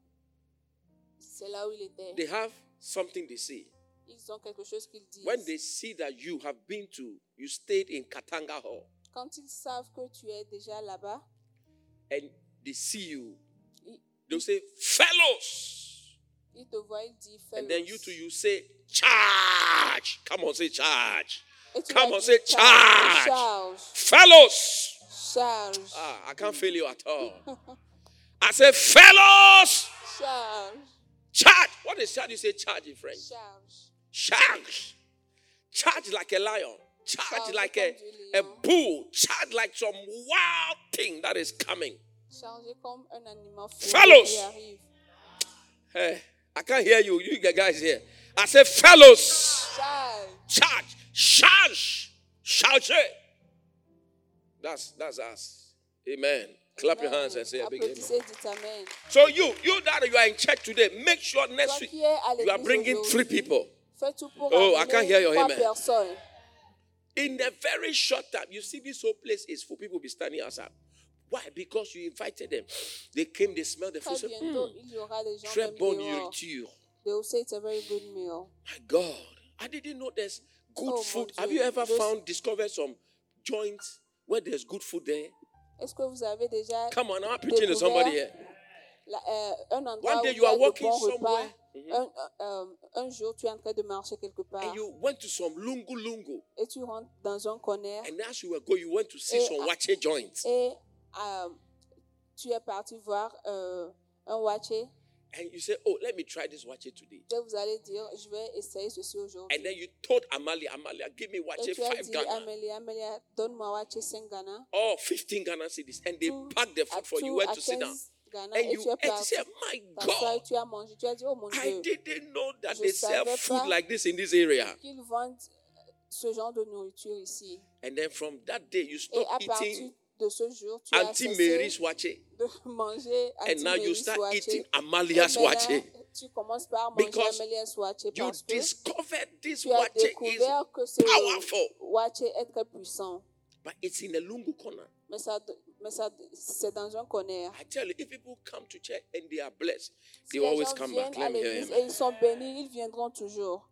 [SPEAKER 2] c'est là où il était.
[SPEAKER 1] They have something they see.
[SPEAKER 2] Ils ont quelque chose qu'ils disent.
[SPEAKER 1] When they see that you have been to, you stayed in Katanga Hall,
[SPEAKER 2] Quand ils savent que tu es déjà là-bas,
[SPEAKER 1] and they see you,
[SPEAKER 2] ils,
[SPEAKER 1] they'll say, Fellows!
[SPEAKER 2] ils te voient, ils disent fais
[SPEAKER 1] And then you too, you say, Charge! Come on, say charge!
[SPEAKER 2] Et tu
[SPEAKER 1] Come
[SPEAKER 2] vas
[SPEAKER 1] on,
[SPEAKER 2] dire,
[SPEAKER 1] say,
[SPEAKER 2] charge,
[SPEAKER 1] Fellows!
[SPEAKER 2] charge, charge,
[SPEAKER 1] Ah, I can't fail you at all. I said, fellows,
[SPEAKER 2] charge,
[SPEAKER 1] charge. What is charge? You say charge in French.
[SPEAKER 2] charge.
[SPEAKER 1] Charge. Charge like a lion. Charge
[SPEAKER 2] Charge
[SPEAKER 1] like a,
[SPEAKER 2] comme du
[SPEAKER 1] a
[SPEAKER 2] lion.
[SPEAKER 1] bull. Charge like some wild thing that is coming.
[SPEAKER 2] Chargé comme un animal
[SPEAKER 1] Fellows.
[SPEAKER 2] furieux qui arrive.
[SPEAKER 1] Eh, I can't hear you. You guys here. I said, fellows,
[SPEAKER 2] Charge.
[SPEAKER 1] charge. Charge. Charge. That's, that's us. Amen. Clap your hands and say a big amen.
[SPEAKER 2] Applaudissez, dites amen.
[SPEAKER 1] So you, you that you are in church today, make sure
[SPEAKER 2] Toi
[SPEAKER 1] next week
[SPEAKER 2] qui es à
[SPEAKER 1] you are bringing
[SPEAKER 2] l'église
[SPEAKER 1] three
[SPEAKER 2] aujourd'hui,
[SPEAKER 1] people.
[SPEAKER 2] fais tout pour
[SPEAKER 1] Oh, I
[SPEAKER 2] amener
[SPEAKER 1] can't hear your
[SPEAKER 2] trois
[SPEAKER 1] amen.
[SPEAKER 2] personnes.
[SPEAKER 1] In a very short time, you see this whole place is full. People be standing outside. Why? Because you invited them. They came, they smelled the food.
[SPEAKER 2] Très
[SPEAKER 1] said,
[SPEAKER 2] bientôt,
[SPEAKER 1] "Hmm,
[SPEAKER 2] il y aura des gens
[SPEAKER 1] très
[SPEAKER 2] même
[SPEAKER 1] bonne
[SPEAKER 2] dehors.
[SPEAKER 1] nourriture.
[SPEAKER 2] They will say it's a very good meal.
[SPEAKER 1] My God. I didn't know there's good
[SPEAKER 2] Oh, mon
[SPEAKER 1] food.
[SPEAKER 2] Dieu.
[SPEAKER 1] Have you ever
[SPEAKER 2] Those-
[SPEAKER 1] found, discovered some joints where there's good food there?
[SPEAKER 2] Est-ce que vous avez déjà
[SPEAKER 1] Come on, I'm preaching to somebody here.
[SPEAKER 2] la- euh, un endroit
[SPEAKER 1] One day
[SPEAKER 2] où il
[SPEAKER 1] you
[SPEAKER 2] y a
[SPEAKER 1] are
[SPEAKER 2] de
[SPEAKER 1] walking
[SPEAKER 2] bons repas?
[SPEAKER 1] somewhere.
[SPEAKER 2] Un, euh, un jour, tu es en train de marcher quelque part
[SPEAKER 1] And you went to some lungu lungu.
[SPEAKER 2] et tu rentres dans un corner
[SPEAKER 1] And as you were going, you went to see
[SPEAKER 2] Eh,
[SPEAKER 1] some
[SPEAKER 2] ah.
[SPEAKER 1] wache joints.
[SPEAKER 2] et euh, tu es parti voir euh, un watché
[SPEAKER 1] And you say, Oh, let me try this wache today.
[SPEAKER 2] et vous allez dire, je vais essayer ceci
[SPEAKER 1] And
[SPEAKER 2] aujourd'hui.
[SPEAKER 1] then you told Amalia, Amalia, give me
[SPEAKER 2] Et
[SPEAKER 1] wache
[SPEAKER 2] tu as
[SPEAKER 1] five
[SPEAKER 2] dit,
[SPEAKER 1] Ghana
[SPEAKER 2] Amélie, Amélie, donne-moi watché 5 Ghana.
[SPEAKER 1] or 15 Ghana cities. And they
[SPEAKER 2] Two
[SPEAKER 1] packed the
[SPEAKER 2] à
[SPEAKER 1] food for you.
[SPEAKER 2] tout,
[SPEAKER 1] You went
[SPEAKER 2] à
[SPEAKER 1] to sit down.
[SPEAKER 2] 15 Ghana
[SPEAKER 1] And
[SPEAKER 2] et
[SPEAKER 1] you
[SPEAKER 2] tu es
[SPEAKER 1] ate. You
[SPEAKER 2] parti.
[SPEAKER 1] said, My
[SPEAKER 2] T'assois et
[SPEAKER 1] God,
[SPEAKER 2] tu as mangé. Tu as dit, oh mon
[SPEAKER 1] I
[SPEAKER 2] Dieu,
[SPEAKER 1] didn't know that
[SPEAKER 2] Je
[SPEAKER 1] they sell
[SPEAKER 2] savais
[SPEAKER 1] food
[SPEAKER 2] pas.
[SPEAKER 1] like this in this area.
[SPEAKER 2] qu'ils vendent euh, ce genre de nourriture ici.
[SPEAKER 1] And then from that day, you
[SPEAKER 2] Et à
[SPEAKER 1] stopped
[SPEAKER 2] partir
[SPEAKER 1] eating
[SPEAKER 2] de ce jour, tu as
[SPEAKER 1] Auntie Mary's
[SPEAKER 2] cessé
[SPEAKER 1] wache.
[SPEAKER 2] de manger
[SPEAKER 1] And now you
[SPEAKER 2] Antiméris
[SPEAKER 1] start
[SPEAKER 2] eh, Wache.
[SPEAKER 1] eating
[SPEAKER 2] Et
[SPEAKER 1] Amalia's wache.
[SPEAKER 2] maintenant, Tu commences par manger
[SPEAKER 1] Because
[SPEAKER 2] Amelia Wache
[SPEAKER 1] You
[SPEAKER 2] parce que
[SPEAKER 1] discovered this
[SPEAKER 2] tu as
[SPEAKER 1] wache is,
[SPEAKER 2] découvert que
[SPEAKER 1] powerful.
[SPEAKER 2] ce Wache est très puissant.
[SPEAKER 1] but it's in a lungu corner.
[SPEAKER 2] Mais ça, mais ça c'est dans un corner.
[SPEAKER 1] I tell you, if people come to church and they are blessed, they
[SPEAKER 2] Si les
[SPEAKER 1] always
[SPEAKER 2] gens
[SPEAKER 1] come
[SPEAKER 2] viennent
[SPEAKER 1] back.
[SPEAKER 2] à
[SPEAKER 1] Let me hear
[SPEAKER 2] l'église
[SPEAKER 1] him.
[SPEAKER 2] et ils sont bénis, ils viendront toujours.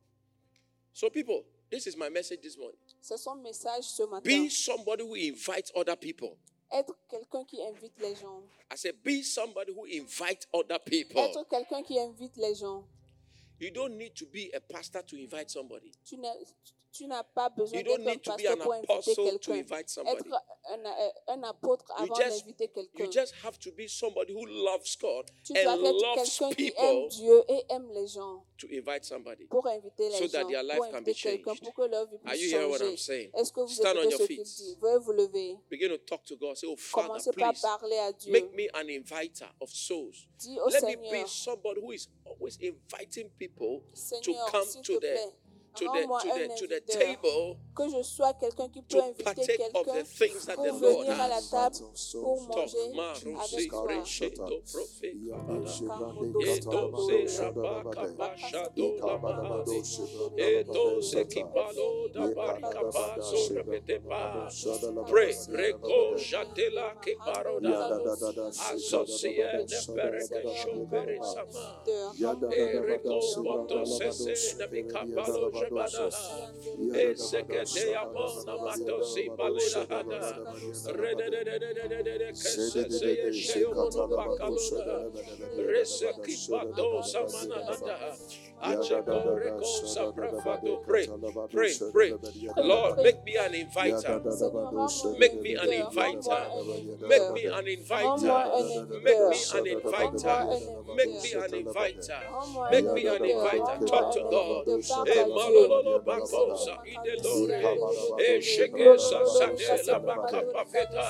[SPEAKER 1] So, people, this is my message this morning.
[SPEAKER 2] C'est son message ce matin.
[SPEAKER 1] Be somebody who invites other people.
[SPEAKER 2] Être quelqu'un qui invite les gens.
[SPEAKER 1] I said, be somebody who invites other
[SPEAKER 2] Être
[SPEAKER 1] people.
[SPEAKER 2] quelqu'un qui invite les gens.
[SPEAKER 1] You don't need to be a pastor to invite somebody.
[SPEAKER 2] Tu n'as, tu n'as pas besoin
[SPEAKER 1] You don't
[SPEAKER 2] d'être un
[SPEAKER 1] need to be an
[SPEAKER 2] pasteur pour inviter
[SPEAKER 1] apostle to
[SPEAKER 2] quelqu'un.
[SPEAKER 1] invite somebody.
[SPEAKER 2] Être un, euh, un apôtre
[SPEAKER 1] You
[SPEAKER 2] avant
[SPEAKER 1] just,
[SPEAKER 2] d'inviter quelqu'un.
[SPEAKER 1] you just have to be somebody who loves God
[SPEAKER 2] Tu dois
[SPEAKER 1] and
[SPEAKER 2] être
[SPEAKER 1] loves
[SPEAKER 2] quelqu'un qui aime
[SPEAKER 1] people
[SPEAKER 2] Dieu et aime les gens
[SPEAKER 1] to invite somebody.
[SPEAKER 2] pour inviter
[SPEAKER 1] So
[SPEAKER 2] les
[SPEAKER 1] that
[SPEAKER 2] gens,
[SPEAKER 1] their life
[SPEAKER 2] pour
[SPEAKER 1] can
[SPEAKER 2] inviter
[SPEAKER 1] be changed.
[SPEAKER 2] quelqu'un, pour que leur vie
[SPEAKER 1] Are you
[SPEAKER 2] puisse
[SPEAKER 1] hearing what I'm
[SPEAKER 2] changer.
[SPEAKER 1] saying?
[SPEAKER 2] Est-ce que vous
[SPEAKER 1] Stand on
[SPEAKER 2] écoutez
[SPEAKER 1] your
[SPEAKER 2] ce qu'il
[SPEAKER 1] feet.
[SPEAKER 2] dit Veuillez vous lever.
[SPEAKER 1] Begin to talk to God. Say, oh, Father,
[SPEAKER 2] Commencez par
[SPEAKER 1] please
[SPEAKER 2] parler à Dieu.
[SPEAKER 1] make me an inviter of souls.
[SPEAKER 2] Dis au
[SPEAKER 1] Let me be
[SPEAKER 2] Seigneur,
[SPEAKER 1] somebody who is always inviting people to
[SPEAKER 2] Seigneur,
[SPEAKER 1] come
[SPEAKER 2] s'il
[SPEAKER 1] to
[SPEAKER 2] te
[SPEAKER 1] the
[SPEAKER 2] plaît,
[SPEAKER 1] to the
[SPEAKER 2] rends-moi
[SPEAKER 1] to
[SPEAKER 2] un
[SPEAKER 1] the to the
[SPEAKER 2] inviteur.
[SPEAKER 1] table
[SPEAKER 2] que je sois quelqu'un qui peut
[SPEAKER 1] to
[SPEAKER 2] inviter
[SPEAKER 1] partake of the
[SPEAKER 2] quelqu'un
[SPEAKER 1] things that the
[SPEAKER 2] pour
[SPEAKER 1] Lord
[SPEAKER 2] venir à la
[SPEAKER 1] has.
[SPEAKER 2] table pour
[SPEAKER 1] Talk,
[SPEAKER 2] manger
[SPEAKER 1] ma,
[SPEAKER 2] avec
[SPEAKER 1] rosé,
[SPEAKER 2] toi.
[SPEAKER 1] breché, do, profé, kabala. Bre, reko, jatela, ke baroda. Associé, ne pere que chopere sama. E reko, boto, sese, ne mi kabalo, jebada. E seke de amona, mato, si, balena, hada. Re, de, de, de, de, de, de, de, de, ke sese, ye, sheo, mono, bakaloda. Rese, ki, bato, samana, hada. Acheko, reko, sa, prefado, pray, pray, pray. Lord, make me an inviter.
[SPEAKER 2] Make me an inviter.
[SPEAKER 1] Make me an inviter. Make me an inviter. Make me an inviter.
[SPEAKER 2] Make me an inviter. Talk to God.
[SPEAKER 1] Eh,
[SPEAKER 2] Eh,
[SPEAKER 1] malolo bakosa idelore. Eh, shekesa satela bakapa veta.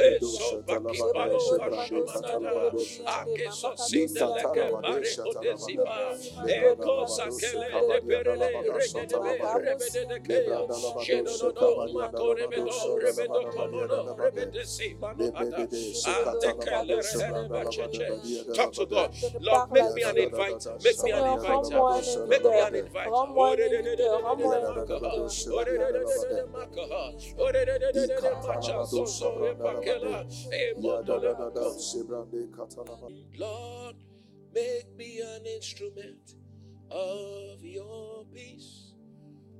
[SPEAKER 1] Eh, so bakipalo vashamanada. Akeso sindeleke bare odesiba. Eh, kosa kele de perele regedebe rebededekeya. Shenododo makorebedo rebedo komono rebedesi manada. Atekele rehereba cheche. Talk to God. Lord, make me an inviter. Make me an
[SPEAKER 2] Seigneur,
[SPEAKER 1] inviter.
[SPEAKER 2] rends-moi un
[SPEAKER 1] Make me an
[SPEAKER 2] invité.
[SPEAKER 1] inviter.
[SPEAKER 2] Rends-moi un invité. Rends-moi un invité.
[SPEAKER 1] Lord, make me an instrument of your peace.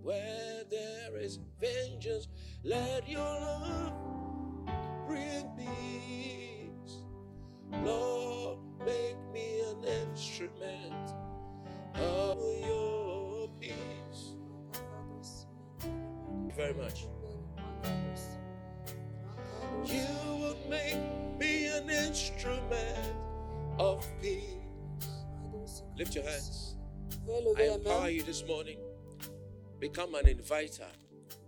[SPEAKER 1] Where there is vengeance, let your love bring peace. Lord, make me an instrument of your peace. Thank you very much. You would make me an instrument of peace. Lift your hands.
[SPEAKER 2] Je vais
[SPEAKER 1] I
[SPEAKER 2] lever les
[SPEAKER 1] empower
[SPEAKER 2] mains.
[SPEAKER 1] you this morning. Become an inviter.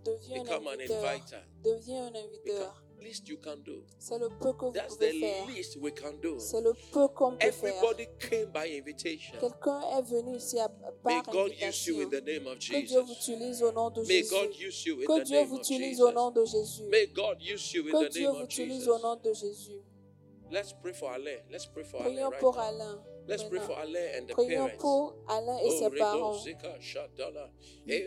[SPEAKER 2] Deviens
[SPEAKER 1] Become
[SPEAKER 2] un
[SPEAKER 1] an
[SPEAKER 2] inviteur.
[SPEAKER 1] inviter.
[SPEAKER 2] Deviens un
[SPEAKER 1] Become
[SPEAKER 2] inviteur.
[SPEAKER 1] least you can do.
[SPEAKER 2] C'est le peu que vous
[SPEAKER 1] That's
[SPEAKER 2] pouvez
[SPEAKER 1] the
[SPEAKER 2] faire.
[SPEAKER 1] least we can do.
[SPEAKER 2] C'est le peu qu'on peut faire.
[SPEAKER 1] Everybody came by invitation.
[SPEAKER 2] Quelqu'un est venu ici à,
[SPEAKER 1] May
[SPEAKER 2] par
[SPEAKER 1] God use you
[SPEAKER 2] invitation.
[SPEAKER 1] in the name of
[SPEAKER 2] Que Dieu vous
[SPEAKER 1] Jesus.
[SPEAKER 2] utilise au nom de
[SPEAKER 1] May God
[SPEAKER 2] Jésus.
[SPEAKER 1] use you in
[SPEAKER 2] Que
[SPEAKER 1] the
[SPEAKER 2] Dieu
[SPEAKER 1] name
[SPEAKER 2] vous
[SPEAKER 1] of
[SPEAKER 2] utilise
[SPEAKER 1] Jesus.
[SPEAKER 2] au nom de Jésus.
[SPEAKER 1] May God use you in
[SPEAKER 2] Que
[SPEAKER 1] the
[SPEAKER 2] Dieu
[SPEAKER 1] name
[SPEAKER 2] vous
[SPEAKER 1] of
[SPEAKER 2] utilise
[SPEAKER 1] Jesus.
[SPEAKER 2] au nom de Jésus.
[SPEAKER 1] Let's pray for Alain. Let's pray for Alain
[SPEAKER 2] Prions
[SPEAKER 1] right
[SPEAKER 2] pour
[SPEAKER 1] now.
[SPEAKER 2] Alain.
[SPEAKER 1] Let's pray for
[SPEAKER 2] maintenant.
[SPEAKER 1] Alain and the
[SPEAKER 2] Prions
[SPEAKER 1] parents. Oh,
[SPEAKER 2] pour Alain et ses parents.
[SPEAKER 1] Eh,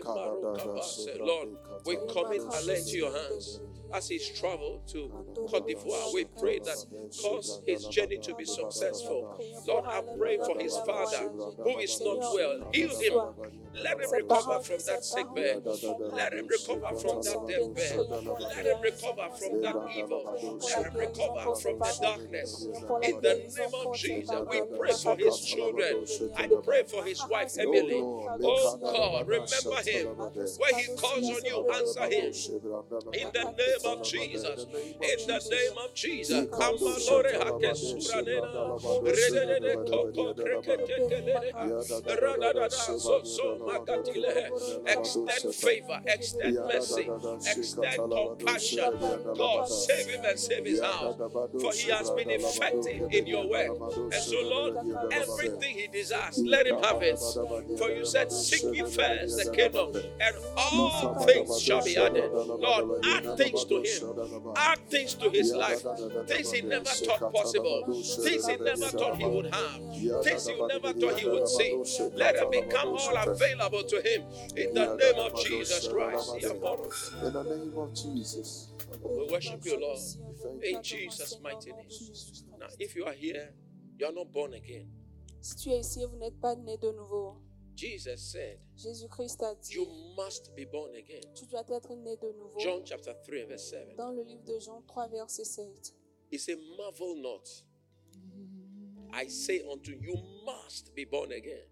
[SPEAKER 1] Lord, we commit Alain to your hands as he's traveled to Cote d'Ivoire. We pray that cause his journey to be successful. Lord, I pray for his father who is not well. Heal him. Let him
[SPEAKER 2] Ses
[SPEAKER 1] recover
[SPEAKER 2] parents,
[SPEAKER 1] from
[SPEAKER 2] ses
[SPEAKER 1] that sick bed.
[SPEAKER 2] parents qui sont
[SPEAKER 1] Let him recover from
[SPEAKER 2] Ils
[SPEAKER 1] that
[SPEAKER 2] sont
[SPEAKER 1] death
[SPEAKER 2] bénis,
[SPEAKER 1] bed.
[SPEAKER 2] prions pour
[SPEAKER 1] Let him
[SPEAKER 2] Alain.
[SPEAKER 1] recover
[SPEAKER 2] Prions pour ses
[SPEAKER 1] from that
[SPEAKER 2] parents.
[SPEAKER 1] evil.
[SPEAKER 2] Prions
[SPEAKER 1] Let him
[SPEAKER 2] pour la guérison
[SPEAKER 1] recover
[SPEAKER 2] pour ses
[SPEAKER 1] from the
[SPEAKER 2] parents.
[SPEAKER 1] darkness.
[SPEAKER 2] Prions pour la
[SPEAKER 1] In the
[SPEAKER 2] guérison
[SPEAKER 1] name of
[SPEAKER 2] pour ses
[SPEAKER 1] Jesus,
[SPEAKER 2] parents.
[SPEAKER 1] we
[SPEAKER 2] Dans
[SPEAKER 1] pray
[SPEAKER 2] la
[SPEAKER 1] for
[SPEAKER 2] faveur
[SPEAKER 1] his
[SPEAKER 2] du nom
[SPEAKER 1] children.
[SPEAKER 2] de
[SPEAKER 1] I
[SPEAKER 2] Jésus.
[SPEAKER 1] pray for his
[SPEAKER 2] Papa,
[SPEAKER 1] wife,
[SPEAKER 2] c'est le
[SPEAKER 1] Emily.
[SPEAKER 2] nom
[SPEAKER 1] Oh
[SPEAKER 2] Father,
[SPEAKER 1] God,
[SPEAKER 2] Seigneur.
[SPEAKER 1] remember him.
[SPEAKER 2] Father,
[SPEAKER 1] When he
[SPEAKER 2] Father,
[SPEAKER 1] calls on
[SPEAKER 2] Seigneur, c'est
[SPEAKER 1] you,
[SPEAKER 2] le
[SPEAKER 1] answer him.
[SPEAKER 2] nom de
[SPEAKER 1] In the name of Jesus. In the name of Jesus. Kamalore hakesura nena. Rededede koko kreketekeleleha. Radadada soso makatilehe. Extend favor, extend mercy, extend compassion. God, save him and save his house. For he has been effective in your work. And so, Lord, everything he desires, let him have it. For you said, Seek ye first the kingdom, and all things shall be added. Lord, add things to him. Add things to his life. Things he never thought possible. Things he never thought he would have. Things he never thought he would see. Let it become all available to him in the name of Jesus Christ.
[SPEAKER 3] In the name of Jesus.
[SPEAKER 1] We worship you, Lord. In Jesus' mighty name. Now,
[SPEAKER 2] name.
[SPEAKER 1] if you are here, you are not born again.
[SPEAKER 2] Si tu es ici et vous n'êtes pas né de nouveau,
[SPEAKER 1] Jesus said,
[SPEAKER 2] Jésus-Christ a dit,
[SPEAKER 1] You must be born again.
[SPEAKER 2] tu dois être né de nouveau.
[SPEAKER 1] John chapter 3, and verse 7.
[SPEAKER 2] Dans le livre de Jean 3, verset 7.
[SPEAKER 1] He said, Marvel not. I say unto you, you must be born again.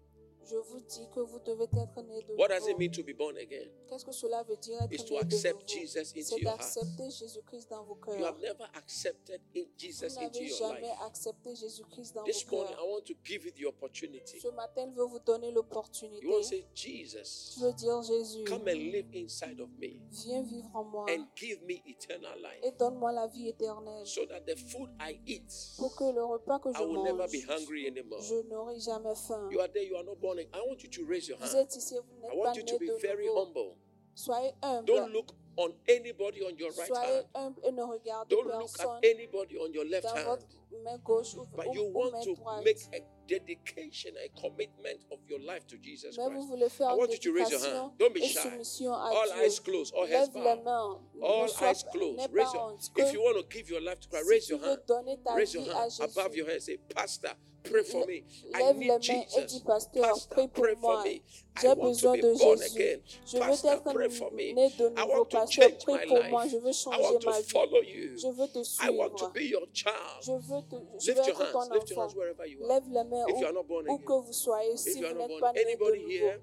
[SPEAKER 2] Je vous dis que vous devez être né de
[SPEAKER 1] What does it
[SPEAKER 2] nouveau.
[SPEAKER 1] mean to be born again?
[SPEAKER 2] Qu'est-ce que cela veut dire être
[SPEAKER 1] Is to
[SPEAKER 2] né de
[SPEAKER 1] accept
[SPEAKER 2] nouveau
[SPEAKER 1] Jesus into
[SPEAKER 2] C'est
[SPEAKER 1] your heart.
[SPEAKER 2] d'accepter Jésus-Christ dans vos
[SPEAKER 1] You have
[SPEAKER 2] cœurs.
[SPEAKER 1] never accepted in
[SPEAKER 2] Vous
[SPEAKER 1] Jesus into
[SPEAKER 2] n'avez
[SPEAKER 1] your life.
[SPEAKER 2] jamais accepté Jésus-Christ dans
[SPEAKER 1] This
[SPEAKER 2] vos
[SPEAKER 1] morning, I
[SPEAKER 2] cœurs.
[SPEAKER 1] want to give you the opportunity.
[SPEAKER 2] Ce matin, il veut vous donner
[SPEAKER 1] You want to
[SPEAKER 2] l'opportunité.
[SPEAKER 1] say, Jesus,
[SPEAKER 2] Tu veux dire Jésus,
[SPEAKER 1] come and live inside of me
[SPEAKER 2] viens vivre en moi
[SPEAKER 1] and give me eternal life
[SPEAKER 2] et donne-moi la vie éternelle
[SPEAKER 1] so that the food I eat,
[SPEAKER 2] pour que le repas que
[SPEAKER 1] I
[SPEAKER 2] je
[SPEAKER 1] will never be
[SPEAKER 2] mange,
[SPEAKER 1] hungry anymore.
[SPEAKER 2] je n'aurai jamais faim.
[SPEAKER 1] You are there, you are not born again. I want you to raise your
[SPEAKER 2] Vous
[SPEAKER 1] hand.
[SPEAKER 2] êtes ici, vous
[SPEAKER 1] I
[SPEAKER 2] n'êtes pas
[SPEAKER 1] want you
[SPEAKER 2] né
[SPEAKER 1] to be
[SPEAKER 2] de
[SPEAKER 1] very
[SPEAKER 2] nouveau.
[SPEAKER 1] humble.
[SPEAKER 2] Soyez
[SPEAKER 1] Don't
[SPEAKER 2] humble.
[SPEAKER 1] look on anybody on your right
[SPEAKER 2] Soyez
[SPEAKER 1] hand.
[SPEAKER 2] humble et ne regardez
[SPEAKER 1] Don't look
[SPEAKER 2] personne
[SPEAKER 1] at anybody on your left
[SPEAKER 2] dans
[SPEAKER 1] hand.
[SPEAKER 2] votre main gauche ou,
[SPEAKER 1] But
[SPEAKER 2] ou-
[SPEAKER 1] you
[SPEAKER 2] ou
[SPEAKER 1] want
[SPEAKER 2] main
[SPEAKER 1] to
[SPEAKER 2] droite.
[SPEAKER 1] make a dedication, a commitment of your life to Jesus
[SPEAKER 2] Mais vous
[SPEAKER 1] Christ.
[SPEAKER 2] voulez faire
[SPEAKER 1] I
[SPEAKER 2] une
[SPEAKER 1] want you to raise your
[SPEAKER 2] dédication
[SPEAKER 1] hand. Don't be
[SPEAKER 2] et
[SPEAKER 1] shy.
[SPEAKER 2] soumission à
[SPEAKER 1] All eyes
[SPEAKER 2] Dieu.
[SPEAKER 1] closed, all heads
[SPEAKER 2] Lève les
[SPEAKER 1] bowed.
[SPEAKER 2] mains. Ne
[SPEAKER 1] All
[SPEAKER 2] sois
[SPEAKER 1] eyes
[SPEAKER 2] pas-
[SPEAKER 1] closed.
[SPEAKER 2] n'aie
[SPEAKER 1] Raise
[SPEAKER 2] pas
[SPEAKER 1] your,
[SPEAKER 2] honte que
[SPEAKER 1] if you want to give your life to Christ,
[SPEAKER 2] si
[SPEAKER 1] raise
[SPEAKER 2] tu
[SPEAKER 1] your
[SPEAKER 2] veux
[SPEAKER 1] hand.
[SPEAKER 2] donner ta
[SPEAKER 1] Raise your
[SPEAKER 2] vie à
[SPEAKER 1] hand above
[SPEAKER 2] Jésus,
[SPEAKER 1] your head. Say, Pastor, pray for
[SPEAKER 2] Lè-
[SPEAKER 1] me. I
[SPEAKER 2] Lève les
[SPEAKER 1] need
[SPEAKER 2] mains et
[SPEAKER 1] Jesus.
[SPEAKER 2] dis, Pasteur,
[SPEAKER 1] Pastor,
[SPEAKER 2] prie pour
[SPEAKER 1] pray for
[SPEAKER 2] moi.
[SPEAKER 1] me. I
[SPEAKER 2] J'ai
[SPEAKER 1] want to
[SPEAKER 2] besoin
[SPEAKER 1] be
[SPEAKER 2] de
[SPEAKER 1] born
[SPEAKER 2] Jésus.
[SPEAKER 1] again.
[SPEAKER 2] Je veux
[SPEAKER 1] Pastor,
[SPEAKER 2] être
[SPEAKER 1] pray for me.
[SPEAKER 2] né de
[SPEAKER 1] I
[SPEAKER 2] nouveau.
[SPEAKER 1] want to
[SPEAKER 2] Pasteur,
[SPEAKER 1] change
[SPEAKER 2] prie
[SPEAKER 1] my
[SPEAKER 2] pour moi.
[SPEAKER 1] life.
[SPEAKER 2] Je veux
[SPEAKER 1] I
[SPEAKER 2] changer
[SPEAKER 1] want to
[SPEAKER 2] ma vie.
[SPEAKER 1] follow you.
[SPEAKER 2] Je veux te
[SPEAKER 1] I want to
[SPEAKER 2] suivre.
[SPEAKER 1] be your child.
[SPEAKER 2] Je veux, te, je veux
[SPEAKER 1] Lift your
[SPEAKER 2] être
[SPEAKER 1] hands.
[SPEAKER 2] ton
[SPEAKER 1] Lift your
[SPEAKER 2] enfant.
[SPEAKER 1] hands wherever you are.
[SPEAKER 2] Lève les mains
[SPEAKER 1] If you are
[SPEAKER 2] où,
[SPEAKER 1] not born
[SPEAKER 2] où que
[SPEAKER 1] again,
[SPEAKER 2] vous soyez
[SPEAKER 1] if
[SPEAKER 2] si
[SPEAKER 1] you
[SPEAKER 2] vous
[SPEAKER 1] are not
[SPEAKER 2] n'êtes
[SPEAKER 1] born,
[SPEAKER 2] pas né de
[SPEAKER 1] anybody
[SPEAKER 2] nouveau.
[SPEAKER 1] here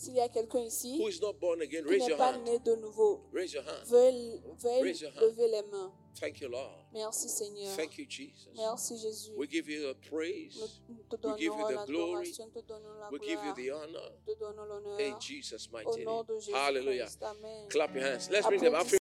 [SPEAKER 2] S'il y a quelqu'un
[SPEAKER 1] who
[SPEAKER 2] ici
[SPEAKER 1] is not born again,
[SPEAKER 2] qui
[SPEAKER 1] raise
[SPEAKER 2] n'est
[SPEAKER 1] your
[SPEAKER 2] pas
[SPEAKER 1] hand.
[SPEAKER 2] né de nouveau,
[SPEAKER 1] Raise your hand.
[SPEAKER 2] veuillez, veuillez
[SPEAKER 1] Raise your hand.
[SPEAKER 2] lever les mains.
[SPEAKER 1] Thank you, Lord.
[SPEAKER 2] Merci Seigneur.
[SPEAKER 1] Thank you, Jesus.
[SPEAKER 2] Merci Jésus.
[SPEAKER 1] We give you the praise.
[SPEAKER 2] Nous te
[SPEAKER 1] We give you
[SPEAKER 2] donnons
[SPEAKER 1] the glory.
[SPEAKER 2] l'adoration, nous te donnons la
[SPEAKER 1] We give you
[SPEAKER 2] gloire,
[SPEAKER 1] the honor.
[SPEAKER 2] nous te donnons l'honneur.
[SPEAKER 1] In Jesus' mighty
[SPEAKER 2] Au nom
[SPEAKER 1] name.
[SPEAKER 2] de Jésus
[SPEAKER 1] Hallelujah.
[SPEAKER 2] oh, Christ. Amen.
[SPEAKER 1] Clap your hands. Let's bring them up.